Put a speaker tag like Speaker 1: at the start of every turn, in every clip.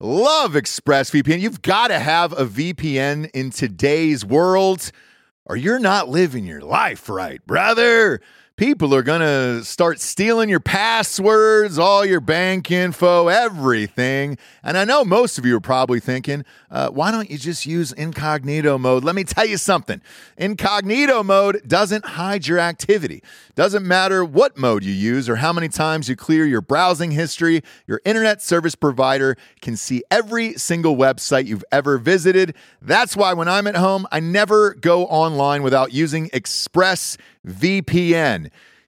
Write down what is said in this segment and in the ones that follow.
Speaker 1: Love ExpressVPN. You've got to have a VPN in today's world or you're not living your life right, brother. People are going to start stealing your passwords, all your bank info, everything. And I know most of you are probably thinking, uh, why don't you just use incognito mode? Let me tell you something incognito mode doesn't hide your activity. Doesn't matter what mode you use or how many times you clear your browsing history, your internet service provider can see every single website you've ever visited. That's why when I'm at home, I never go online without using ExpressVPN.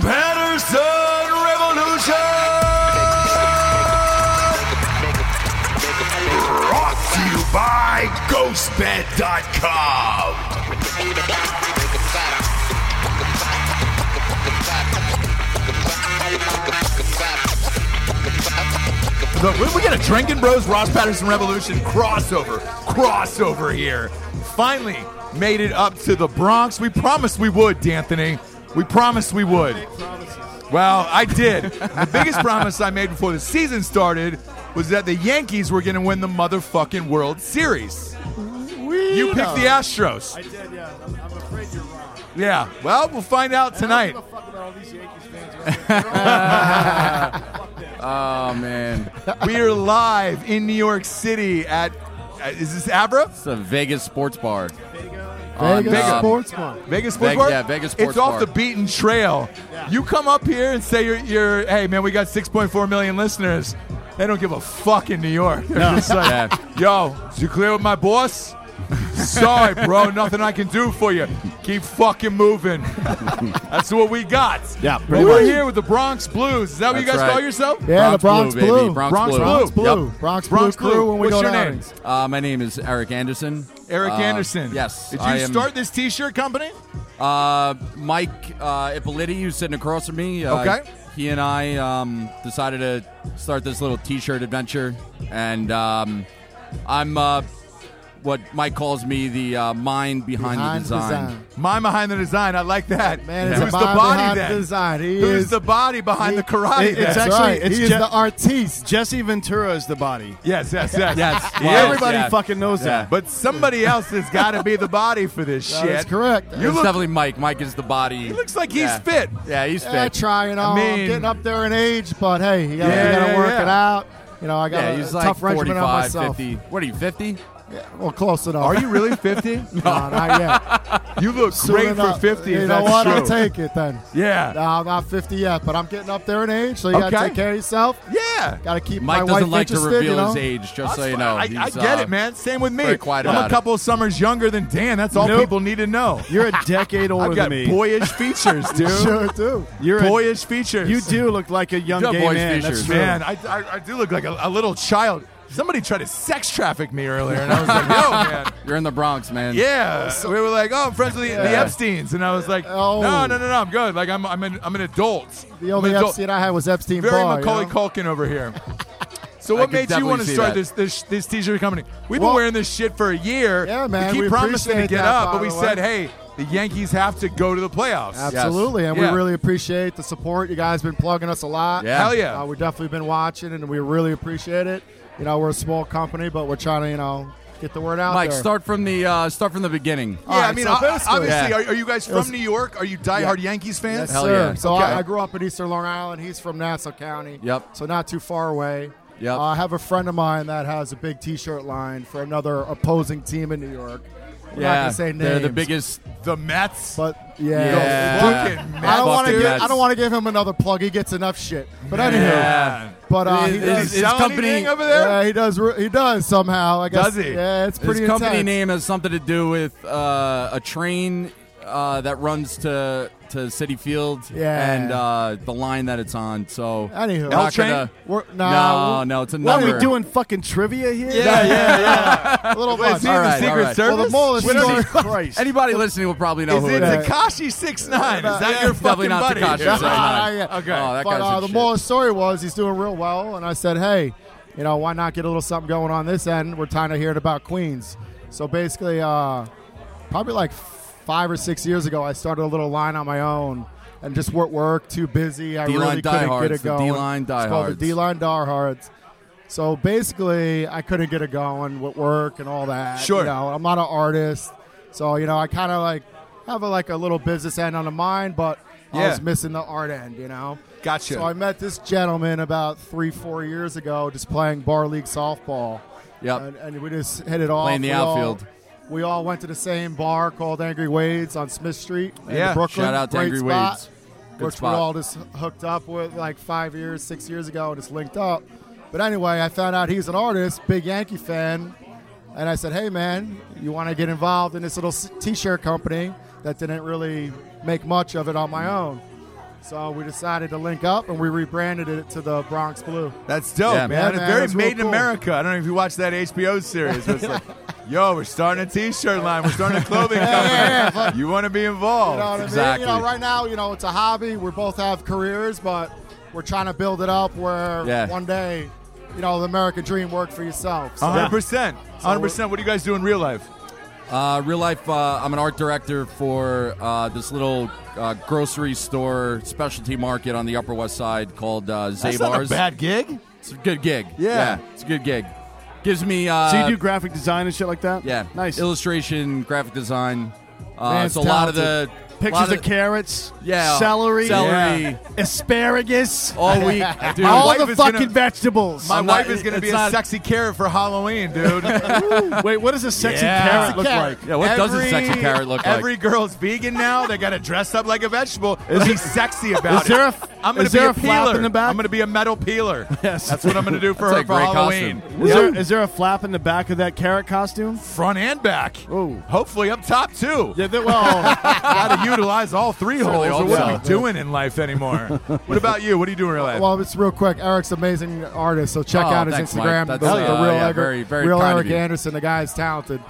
Speaker 1: Patterson Revolution! Brought to you by GhostBed.com!
Speaker 2: Look, we we got a Drinking Bros Ross Patterson Revolution crossover, crossover here. Finally made it up to the Bronx. We promised we would, D'Anthony. We promised we would. Well, I did. the biggest promise I made before the season started was that the Yankees were going to win the motherfucking World Series. you picked the Astros. I did, yeah. I'm, afraid you're wrong. Yeah. Well, we'll find out tonight.
Speaker 3: Oh man,
Speaker 2: we are live in New York City at. uh, Is this Abra?
Speaker 3: it's a Vegas sports bar.
Speaker 4: Vegas
Speaker 3: On, um,
Speaker 4: sports bar.
Speaker 2: Vegas Sports
Speaker 3: Veg-
Speaker 2: Bar?
Speaker 3: yeah, Vegas Sports
Speaker 2: It's off
Speaker 3: Bar.
Speaker 2: the beaten trail. You come up here and say you're, you're, hey man, we got 6.4 million listeners.
Speaker 1: Oh,
Speaker 2: They don't give a fuck in New York. They're just like,
Speaker 3: Yeah.
Speaker 2: yo, did you clear with my boss?
Speaker 1: Sorry, bro. Nothing I can do for you. Keep fucking moving. That's what we got.
Speaker 4: Yeah,
Speaker 1: But
Speaker 4: pretty
Speaker 1: we're
Speaker 4: much.
Speaker 1: here with the Bronx Blues. Is that what you
Speaker 3: That's
Speaker 1: guys
Speaker 3: right.
Speaker 1: call yourself?
Speaker 4: Yeah, the
Speaker 3: Bronx
Speaker 4: Bronx
Speaker 3: Blue,
Speaker 4: Blue.
Speaker 3: baby. Bronx
Speaker 1: Bronx
Speaker 3: Blue.
Speaker 4: Bronx
Speaker 1: Blue.
Speaker 4: Blue.
Speaker 3: Yep.
Speaker 4: Bronx Blue
Speaker 1: Bronx Blue.
Speaker 4: crew when we
Speaker 1: What's
Speaker 4: go
Speaker 1: your
Speaker 4: to
Speaker 1: name?
Speaker 4: outings.
Speaker 3: Uh, my name is Eric Anderson.
Speaker 1: Eric
Speaker 3: Uh,
Speaker 1: Anderson.
Speaker 3: Yes.
Speaker 1: Did you
Speaker 3: I am-
Speaker 1: start this T-shirt company?
Speaker 3: Uh, Mike uh, Ippoliti, who's sitting across from me. Uh,
Speaker 1: Okay.
Speaker 3: He and I um, decided to start this little T-shirt adventure, and um, I'm uh, what Mike calls me the uh, mind behind,
Speaker 4: Behind
Speaker 3: the design.
Speaker 1: Mind behind the design. I like that.
Speaker 4: Man, it's
Speaker 1: Who's
Speaker 4: a
Speaker 1: the
Speaker 4: mind
Speaker 1: body
Speaker 4: behind
Speaker 1: then?
Speaker 4: the design. He
Speaker 1: Who's
Speaker 4: is-
Speaker 1: the body behind the karate?
Speaker 5: It-
Speaker 1: then?
Speaker 5: it's
Speaker 4: That's
Speaker 5: actually-
Speaker 4: right.
Speaker 5: he
Speaker 4: He
Speaker 5: is
Speaker 4: is
Speaker 5: the-
Speaker 4: the artiste.
Speaker 5: Jesse Ventura is the body.
Speaker 1: yes, yes, yes,
Speaker 3: Yes. yes,
Speaker 5: Everybody
Speaker 3: yes.
Speaker 5: fucking knows
Speaker 3: Yeah.
Speaker 5: that.
Speaker 1: But somebody else has got to be the body for this shit.
Speaker 4: That's correct.
Speaker 1: You
Speaker 3: it's
Speaker 1: look.
Speaker 3: definitely Mike. Mike is the body.
Speaker 1: He looks like he's
Speaker 3: Yeah.
Speaker 1: fit.
Speaker 3: Yeah, he's
Speaker 4: Yeah,
Speaker 3: fit.
Speaker 4: uh, trying on.
Speaker 1: I
Speaker 4: I
Speaker 1: mean-
Speaker 4: am getting up there in age, but hey, you gotta,
Speaker 1: Yeah,
Speaker 4: you gotta
Speaker 1: yeah,
Speaker 4: work
Speaker 1: yeah.
Speaker 4: it out. You know, I got
Speaker 3: yeah,
Speaker 4: a,
Speaker 3: he's
Speaker 4: a
Speaker 3: like
Speaker 4: tough regimen
Speaker 3: 45,
Speaker 4: on myself.
Speaker 3: 50. What are you, 50?
Speaker 4: Well, close enough.
Speaker 1: Are you really fifty?
Speaker 4: no, not yet.
Speaker 1: you look
Speaker 4: Soon
Speaker 1: great for
Speaker 4: enough.
Speaker 1: fifty.
Speaker 4: You
Speaker 1: if
Speaker 4: know
Speaker 1: that's
Speaker 4: what?
Speaker 1: True.
Speaker 4: I'll take it then.
Speaker 1: Yeah.
Speaker 4: No, I'm not 50 yet, but I'm getting up there in age, so you
Speaker 1: Okay.
Speaker 4: gotta take care of yourself.
Speaker 1: Yeah.
Speaker 4: Gotta keep
Speaker 3: Mike
Speaker 4: my wife
Speaker 3: doesn't like to
Speaker 4: interested,
Speaker 3: reveal
Speaker 4: you know?
Speaker 3: his age, just so
Speaker 1: That's
Speaker 3: you
Speaker 1: fine.
Speaker 3: know.
Speaker 1: I, I
Speaker 3: He's,
Speaker 1: get
Speaker 3: uh,
Speaker 1: it, man. Same with me.
Speaker 3: very quiet
Speaker 1: I'm
Speaker 3: about
Speaker 1: a
Speaker 3: it.
Speaker 1: couple of summers younger than Dan. That's all
Speaker 5: Nope.
Speaker 1: people need to know.
Speaker 5: You're a decade older
Speaker 1: I've got
Speaker 5: than me.
Speaker 1: boyish features, dude.
Speaker 4: Sure do.
Speaker 5: You're a-
Speaker 1: boyish features.
Speaker 5: you do look like a young
Speaker 3: You got
Speaker 5: gay
Speaker 3: boys
Speaker 5: man.
Speaker 3: features.
Speaker 5: That's true.
Speaker 1: Man, I, I, I do look like a, a little child. Somebody tried to sex traffic me earlier, and I was like, yo, man.
Speaker 3: You're in the Bronx, man.
Speaker 1: Yeah, we were like, "Oh, I'm friends with the, the Epstein's," and I was like,
Speaker 4: Oh.
Speaker 1: "No, no, no, no, I'm good. Like, I'm, I'm an, I'm an adult.
Speaker 4: The only
Speaker 1: I'm an adult.
Speaker 4: Epstein I had was Epstein
Speaker 1: very
Speaker 4: Barr. you know?
Speaker 1: Macaulay Culkin over here." So,
Speaker 3: I
Speaker 1: what
Speaker 3: could
Speaker 1: made you
Speaker 3: definitely
Speaker 1: want to
Speaker 3: see
Speaker 1: start
Speaker 3: that.
Speaker 1: this, this this t-shirt company? We've been
Speaker 4: Well-
Speaker 1: wearing this shit for a year.
Speaker 4: Yeah, man,
Speaker 1: We keep
Speaker 4: we
Speaker 1: promising to
Speaker 4: appreciate
Speaker 1: get
Speaker 4: that,
Speaker 1: up,
Speaker 4: by
Speaker 1: but we
Speaker 4: the
Speaker 1: said, "Hey, the Yankees have to go to the playoffs."
Speaker 4: Absolutely, and
Speaker 1: Yeah.
Speaker 4: we really appreciate the support. You guys been plugging us a lot.
Speaker 3: Yeah.
Speaker 1: Hell yeah.
Speaker 4: Uh, we've definitely been watching, and we really appreciate it. You know, we're a small company, but we're trying to, you know, get the word out
Speaker 3: Mike,
Speaker 4: there.
Speaker 3: start from the uh, start from the beginning.
Speaker 1: Yeah,
Speaker 4: All right,
Speaker 1: I mean,
Speaker 4: so
Speaker 1: o-
Speaker 4: basically-
Speaker 1: obviously,
Speaker 3: Yeah.
Speaker 1: are, are you guys from
Speaker 4: was-
Speaker 1: New York? Are you diehard Yankees fans?
Speaker 4: Yes,
Speaker 3: Hell
Speaker 4: sir.
Speaker 3: yeah.
Speaker 4: So
Speaker 1: Okay.
Speaker 4: I, I grew up in Eastern Long Island. He's from Nassau County.
Speaker 3: Yep.
Speaker 4: So not too far away.
Speaker 3: Yep.
Speaker 4: Uh, I have a friend of mine that has a big T-shirt line for another opposing team in New York. We're not
Speaker 3: yeah,
Speaker 4: gonna say names.
Speaker 3: they're the biggest.
Speaker 1: The Mets.
Speaker 4: But
Speaker 3: Yeah.
Speaker 4: yeah,
Speaker 1: The fucking
Speaker 4: I don't want
Speaker 3: Fucking
Speaker 4: to give
Speaker 3: Mets.
Speaker 4: I don't want to give him another plug. He gets enough shit. But anywho,
Speaker 1: Yeah.
Speaker 4: but uh, he
Speaker 3: His-
Speaker 4: does-
Speaker 3: his-
Speaker 1: Is sound
Speaker 3: company-
Speaker 1: anything over there?
Speaker 4: Yeah, he does. re- He does somehow. I guess.
Speaker 1: Does he?
Speaker 4: Yeah, it's pretty
Speaker 3: his company
Speaker 4: intense.
Speaker 3: name has something to do with uh, a train uh, that runs to to City Field
Speaker 4: Yeah.
Speaker 3: and uh, the line that it's on. So
Speaker 4: Anywho.
Speaker 3: Not
Speaker 4: L
Speaker 1: train?
Speaker 3: gonna-
Speaker 4: We're,
Speaker 3: no,
Speaker 4: nah,
Speaker 3: no, it's a
Speaker 5: What
Speaker 3: number.
Speaker 5: are we doing? Fucking trivia here?
Speaker 1: yeah, yeah.
Speaker 4: a little
Speaker 1: Wait,
Speaker 4: much.
Speaker 1: is he in
Speaker 3: All
Speaker 1: the
Speaker 3: right,
Speaker 1: Secret
Speaker 3: all right.
Speaker 1: Service?
Speaker 4: Well, the mole is
Speaker 1: What
Speaker 4: still-
Speaker 1: is
Speaker 5: Jesus Christ.
Speaker 3: Anybody listening will probably know
Speaker 1: he? Is
Speaker 3: who
Speaker 1: it
Speaker 3: it is.
Speaker 1: Takashi six nine? Is that your
Speaker 3: It's
Speaker 1: fucking
Speaker 3: definitely not
Speaker 1: buddy?
Speaker 3: Tekashi
Speaker 4: Yeah.
Speaker 3: 6ix9ine.
Speaker 4: Yeah, yeah.
Speaker 1: Okay.
Speaker 3: Oh, that
Speaker 4: but
Speaker 3: guy's
Speaker 4: uh,
Speaker 3: some
Speaker 4: the
Speaker 3: shit.
Speaker 4: moral of the story was he's doing real well, and I said, hey, you know, why not get a little something going on this end? We're kind of hearing about Queens. So basically, uh, probably like five or six years ago, I started a little line on my own. And just work, work, too busy. I
Speaker 3: D-line
Speaker 4: really couldn't get
Speaker 3: diehards,
Speaker 4: it
Speaker 3: the
Speaker 4: going.
Speaker 3: D-line
Speaker 4: It's called
Speaker 3: diehards.
Speaker 4: the D-line diehards. So basically, I couldn't get it going with work and all that.
Speaker 1: Sure.
Speaker 4: You know, I'm not an artist, so you know, I kind of like have a, like a little business end on the mind, but I
Speaker 1: Yeah.
Speaker 4: was missing the art end. You know.
Speaker 1: Gotcha.
Speaker 4: So I met this gentleman about three, four years ago, just playing bar league softball,
Speaker 3: Yep.
Speaker 4: and, and we just hit it off.
Speaker 3: Uh, Playing the
Speaker 4: We all-
Speaker 3: outfield.
Speaker 4: we all went to the same bar called Angry Wades on Smith Street in
Speaker 1: Yeah.
Speaker 4: Brooklyn.
Speaker 3: Shout out to
Speaker 4: Great
Speaker 3: Angry
Speaker 4: spot
Speaker 3: Wades. Good
Speaker 4: which
Speaker 3: spot.
Speaker 4: we all just hooked up with like five years, six years ago, and just linked up. But anyway, I found out he's an artist, big Yankee fan, and I said, "Hey, man, you want to get involved in this little s- T-shirt company that didn't really make much of it on my own." So we decided to link up, and we rebranded it to the Bronx Blue.
Speaker 1: That's dope,
Speaker 3: Yeah,
Speaker 1: man.
Speaker 4: man,
Speaker 1: It's
Speaker 4: man,
Speaker 1: very
Speaker 4: that's real
Speaker 1: made in
Speaker 4: cool.
Speaker 1: America. I don't know if you watched that HBO series. but It's like, yo, we're starting a T-shirt line. We're starting a clothing company. you want to be
Speaker 4: You know what
Speaker 1: involved?
Speaker 4: I mean?
Speaker 3: Exactly.
Speaker 4: You know, right now, you know, it's a hobby. We both have careers, but we're trying to build it up where
Speaker 3: Yeah.
Speaker 4: one day, you know, the American dream work for yourself. So-
Speaker 1: Uh-huh.
Speaker 3: Uh-huh.
Speaker 1: One hundred percent, one hundred percent. What do you guys do in real life?
Speaker 3: Uh, real life, uh, I'm an art director for uh, this little uh, grocery store specialty market on the Upper West Side called uh,
Speaker 1: That's
Speaker 3: Zabar's.
Speaker 1: not a bad gig.
Speaker 3: It's a good gig.
Speaker 1: Yeah.
Speaker 3: it's a good gig. Gives me. Uh,
Speaker 5: So you do graphic design and shit like that?
Speaker 3: Yeah,
Speaker 5: Nice.
Speaker 3: illustration, graphic design. Uh,
Speaker 4: Man's
Speaker 3: so a lot of the
Speaker 4: talented.
Speaker 5: Pictures
Speaker 3: Lot
Speaker 5: of,
Speaker 3: of-
Speaker 5: carrots,
Speaker 3: Yeah,
Speaker 5: celery,
Speaker 3: celery.
Speaker 5: asparagus,
Speaker 3: all week. Dude,
Speaker 1: My
Speaker 5: all
Speaker 1: wife
Speaker 5: the
Speaker 1: is gonna-
Speaker 5: fucking vegetables.
Speaker 1: My
Speaker 3: I'm
Speaker 1: wife
Speaker 3: not-
Speaker 1: is going to be
Speaker 3: it's
Speaker 1: a
Speaker 3: not-
Speaker 1: sexy carrot for Halloween, dude.
Speaker 5: Wait, what does a sexy
Speaker 1: Yeah.
Speaker 5: carrot look
Speaker 4: Carrot.
Speaker 5: like?
Speaker 3: yeah, what does a sexy carrot look like?
Speaker 1: Every girl's vegan now. They got to dress up like a vegetable. Is he sexy about
Speaker 5: Is
Speaker 1: it?
Speaker 5: there a,
Speaker 1: I'm going
Speaker 5: is
Speaker 1: to be
Speaker 5: there
Speaker 1: a
Speaker 5: a flap
Speaker 1: peeler.
Speaker 5: in the back?
Speaker 1: I'm going to be a metal peeler.
Speaker 5: Yes.
Speaker 1: That's what I'm going to do for her
Speaker 3: like
Speaker 1: for
Speaker 3: great
Speaker 1: Halloween.
Speaker 3: costume.
Speaker 5: is, there, is there a flap in the back of that carrot costume?
Speaker 1: Front and back.
Speaker 5: Ooh.
Speaker 1: Hopefully up top too.
Speaker 5: Oh. Yeah, that, well,
Speaker 1: Got to utilize all three holes.
Speaker 3: all
Speaker 1: Or what are
Speaker 3: so.
Speaker 1: we doing in life anymore? what about you? What are you doing in life?
Speaker 4: Well, it's real quick. Eric's amazing artist, so check
Speaker 3: Oh,
Speaker 4: out his
Speaker 3: thanks,
Speaker 4: Instagram.
Speaker 3: Mike.
Speaker 4: The,
Speaker 3: That's,
Speaker 4: the
Speaker 3: uh,
Speaker 4: real
Speaker 3: yeah,
Speaker 4: Eric,
Speaker 3: very- very
Speaker 4: real
Speaker 3: kind of
Speaker 4: Eric
Speaker 3: you.
Speaker 4: Anderson. The guy's talented.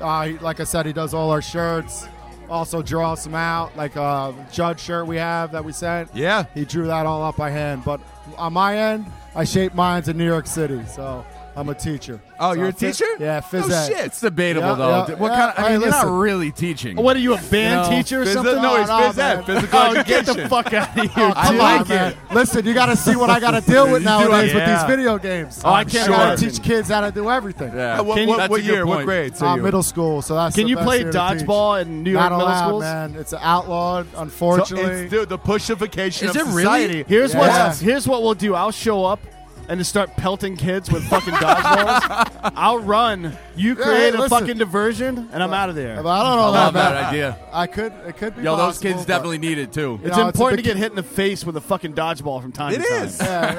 Speaker 4: Uh, he, like I said, he does all our shirts. Also draws them out, like uh, Judd shirt we have that we sent.
Speaker 1: yeah.
Speaker 4: He drew that all up by hand. But on my end, I shape mines in New York City, so I'm a teacher.
Speaker 1: Oh,
Speaker 4: So
Speaker 1: you're a
Speaker 4: I'm phys-
Speaker 1: teacher?
Speaker 4: yeah, phys
Speaker 1: Oh,
Speaker 4: ed.
Speaker 1: shit.
Speaker 3: It's debatable
Speaker 4: Yeah,
Speaker 3: though.
Speaker 4: yeah,
Speaker 3: what
Speaker 4: yeah.
Speaker 3: kind? Of, I mean,
Speaker 4: Hey,
Speaker 3: you're
Speaker 4: listen.
Speaker 3: not really teaching.
Speaker 5: what are you, a band
Speaker 3: You know,
Speaker 5: teacher or
Speaker 1: Phys-
Speaker 5: something?
Speaker 1: no, he's
Speaker 4: Oh, no,
Speaker 1: phys ed,
Speaker 4: man.
Speaker 1: physical
Speaker 5: Get
Speaker 1: education.
Speaker 5: the fuck out of here.
Speaker 4: I
Speaker 1: dude.
Speaker 4: like
Speaker 1: like it.
Speaker 4: it. Listen, you got to see what I got to deal with
Speaker 1: You do it,
Speaker 4: nowadays with
Speaker 1: yeah.
Speaker 4: these video games.
Speaker 5: Oh, I
Speaker 4: I'm
Speaker 5: can't
Speaker 4: sure. gotta
Speaker 5: imagine.
Speaker 4: teach kids how to do everything.
Speaker 3: Yeah.
Speaker 1: Uh, what
Speaker 3: Can you-
Speaker 1: what,
Speaker 3: that's
Speaker 1: what
Speaker 3: a good
Speaker 1: year? What
Speaker 3: point.
Speaker 1: grades are
Speaker 4: Uh,
Speaker 1: you?
Speaker 4: middle school, so that's
Speaker 5: Can
Speaker 4: the
Speaker 5: you
Speaker 4: best
Speaker 5: play
Speaker 4: year to teach.
Speaker 5: dodgeball in New York
Speaker 4: Not
Speaker 5: middle
Speaker 4: allowed,
Speaker 5: schools?
Speaker 4: man. It's outlawed,
Speaker 1: So
Speaker 4: unfortunately.
Speaker 1: it's, dude, the pushification
Speaker 3: Is
Speaker 1: of
Speaker 3: it really?
Speaker 1: society.
Speaker 5: Here's
Speaker 4: Yeah.
Speaker 5: what here's what we'll do. I'll show up and just start pelting kids with fucking dodgeballs. I'll run. You
Speaker 4: Yeah,
Speaker 5: create
Speaker 4: hey,
Speaker 5: a
Speaker 4: listen.
Speaker 5: fucking diversion, and I'm out of there.
Speaker 4: But I don't know
Speaker 3: Not a
Speaker 4: about
Speaker 3: bad
Speaker 4: that.
Speaker 3: idea.
Speaker 4: I could. It could be.
Speaker 3: Yo, those
Speaker 4: possible,
Speaker 3: kids
Speaker 4: but-
Speaker 3: definitely need it too.
Speaker 5: it's
Speaker 4: No, it's a
Speaker 5: important
Speaker 4: big-
Speaker 5: to get hit in the face with a fucking dodgeball from time
Speaker 1: It
Speaker 5: to time.
Speaker 1: is.
Speaker 4: Yeah, it-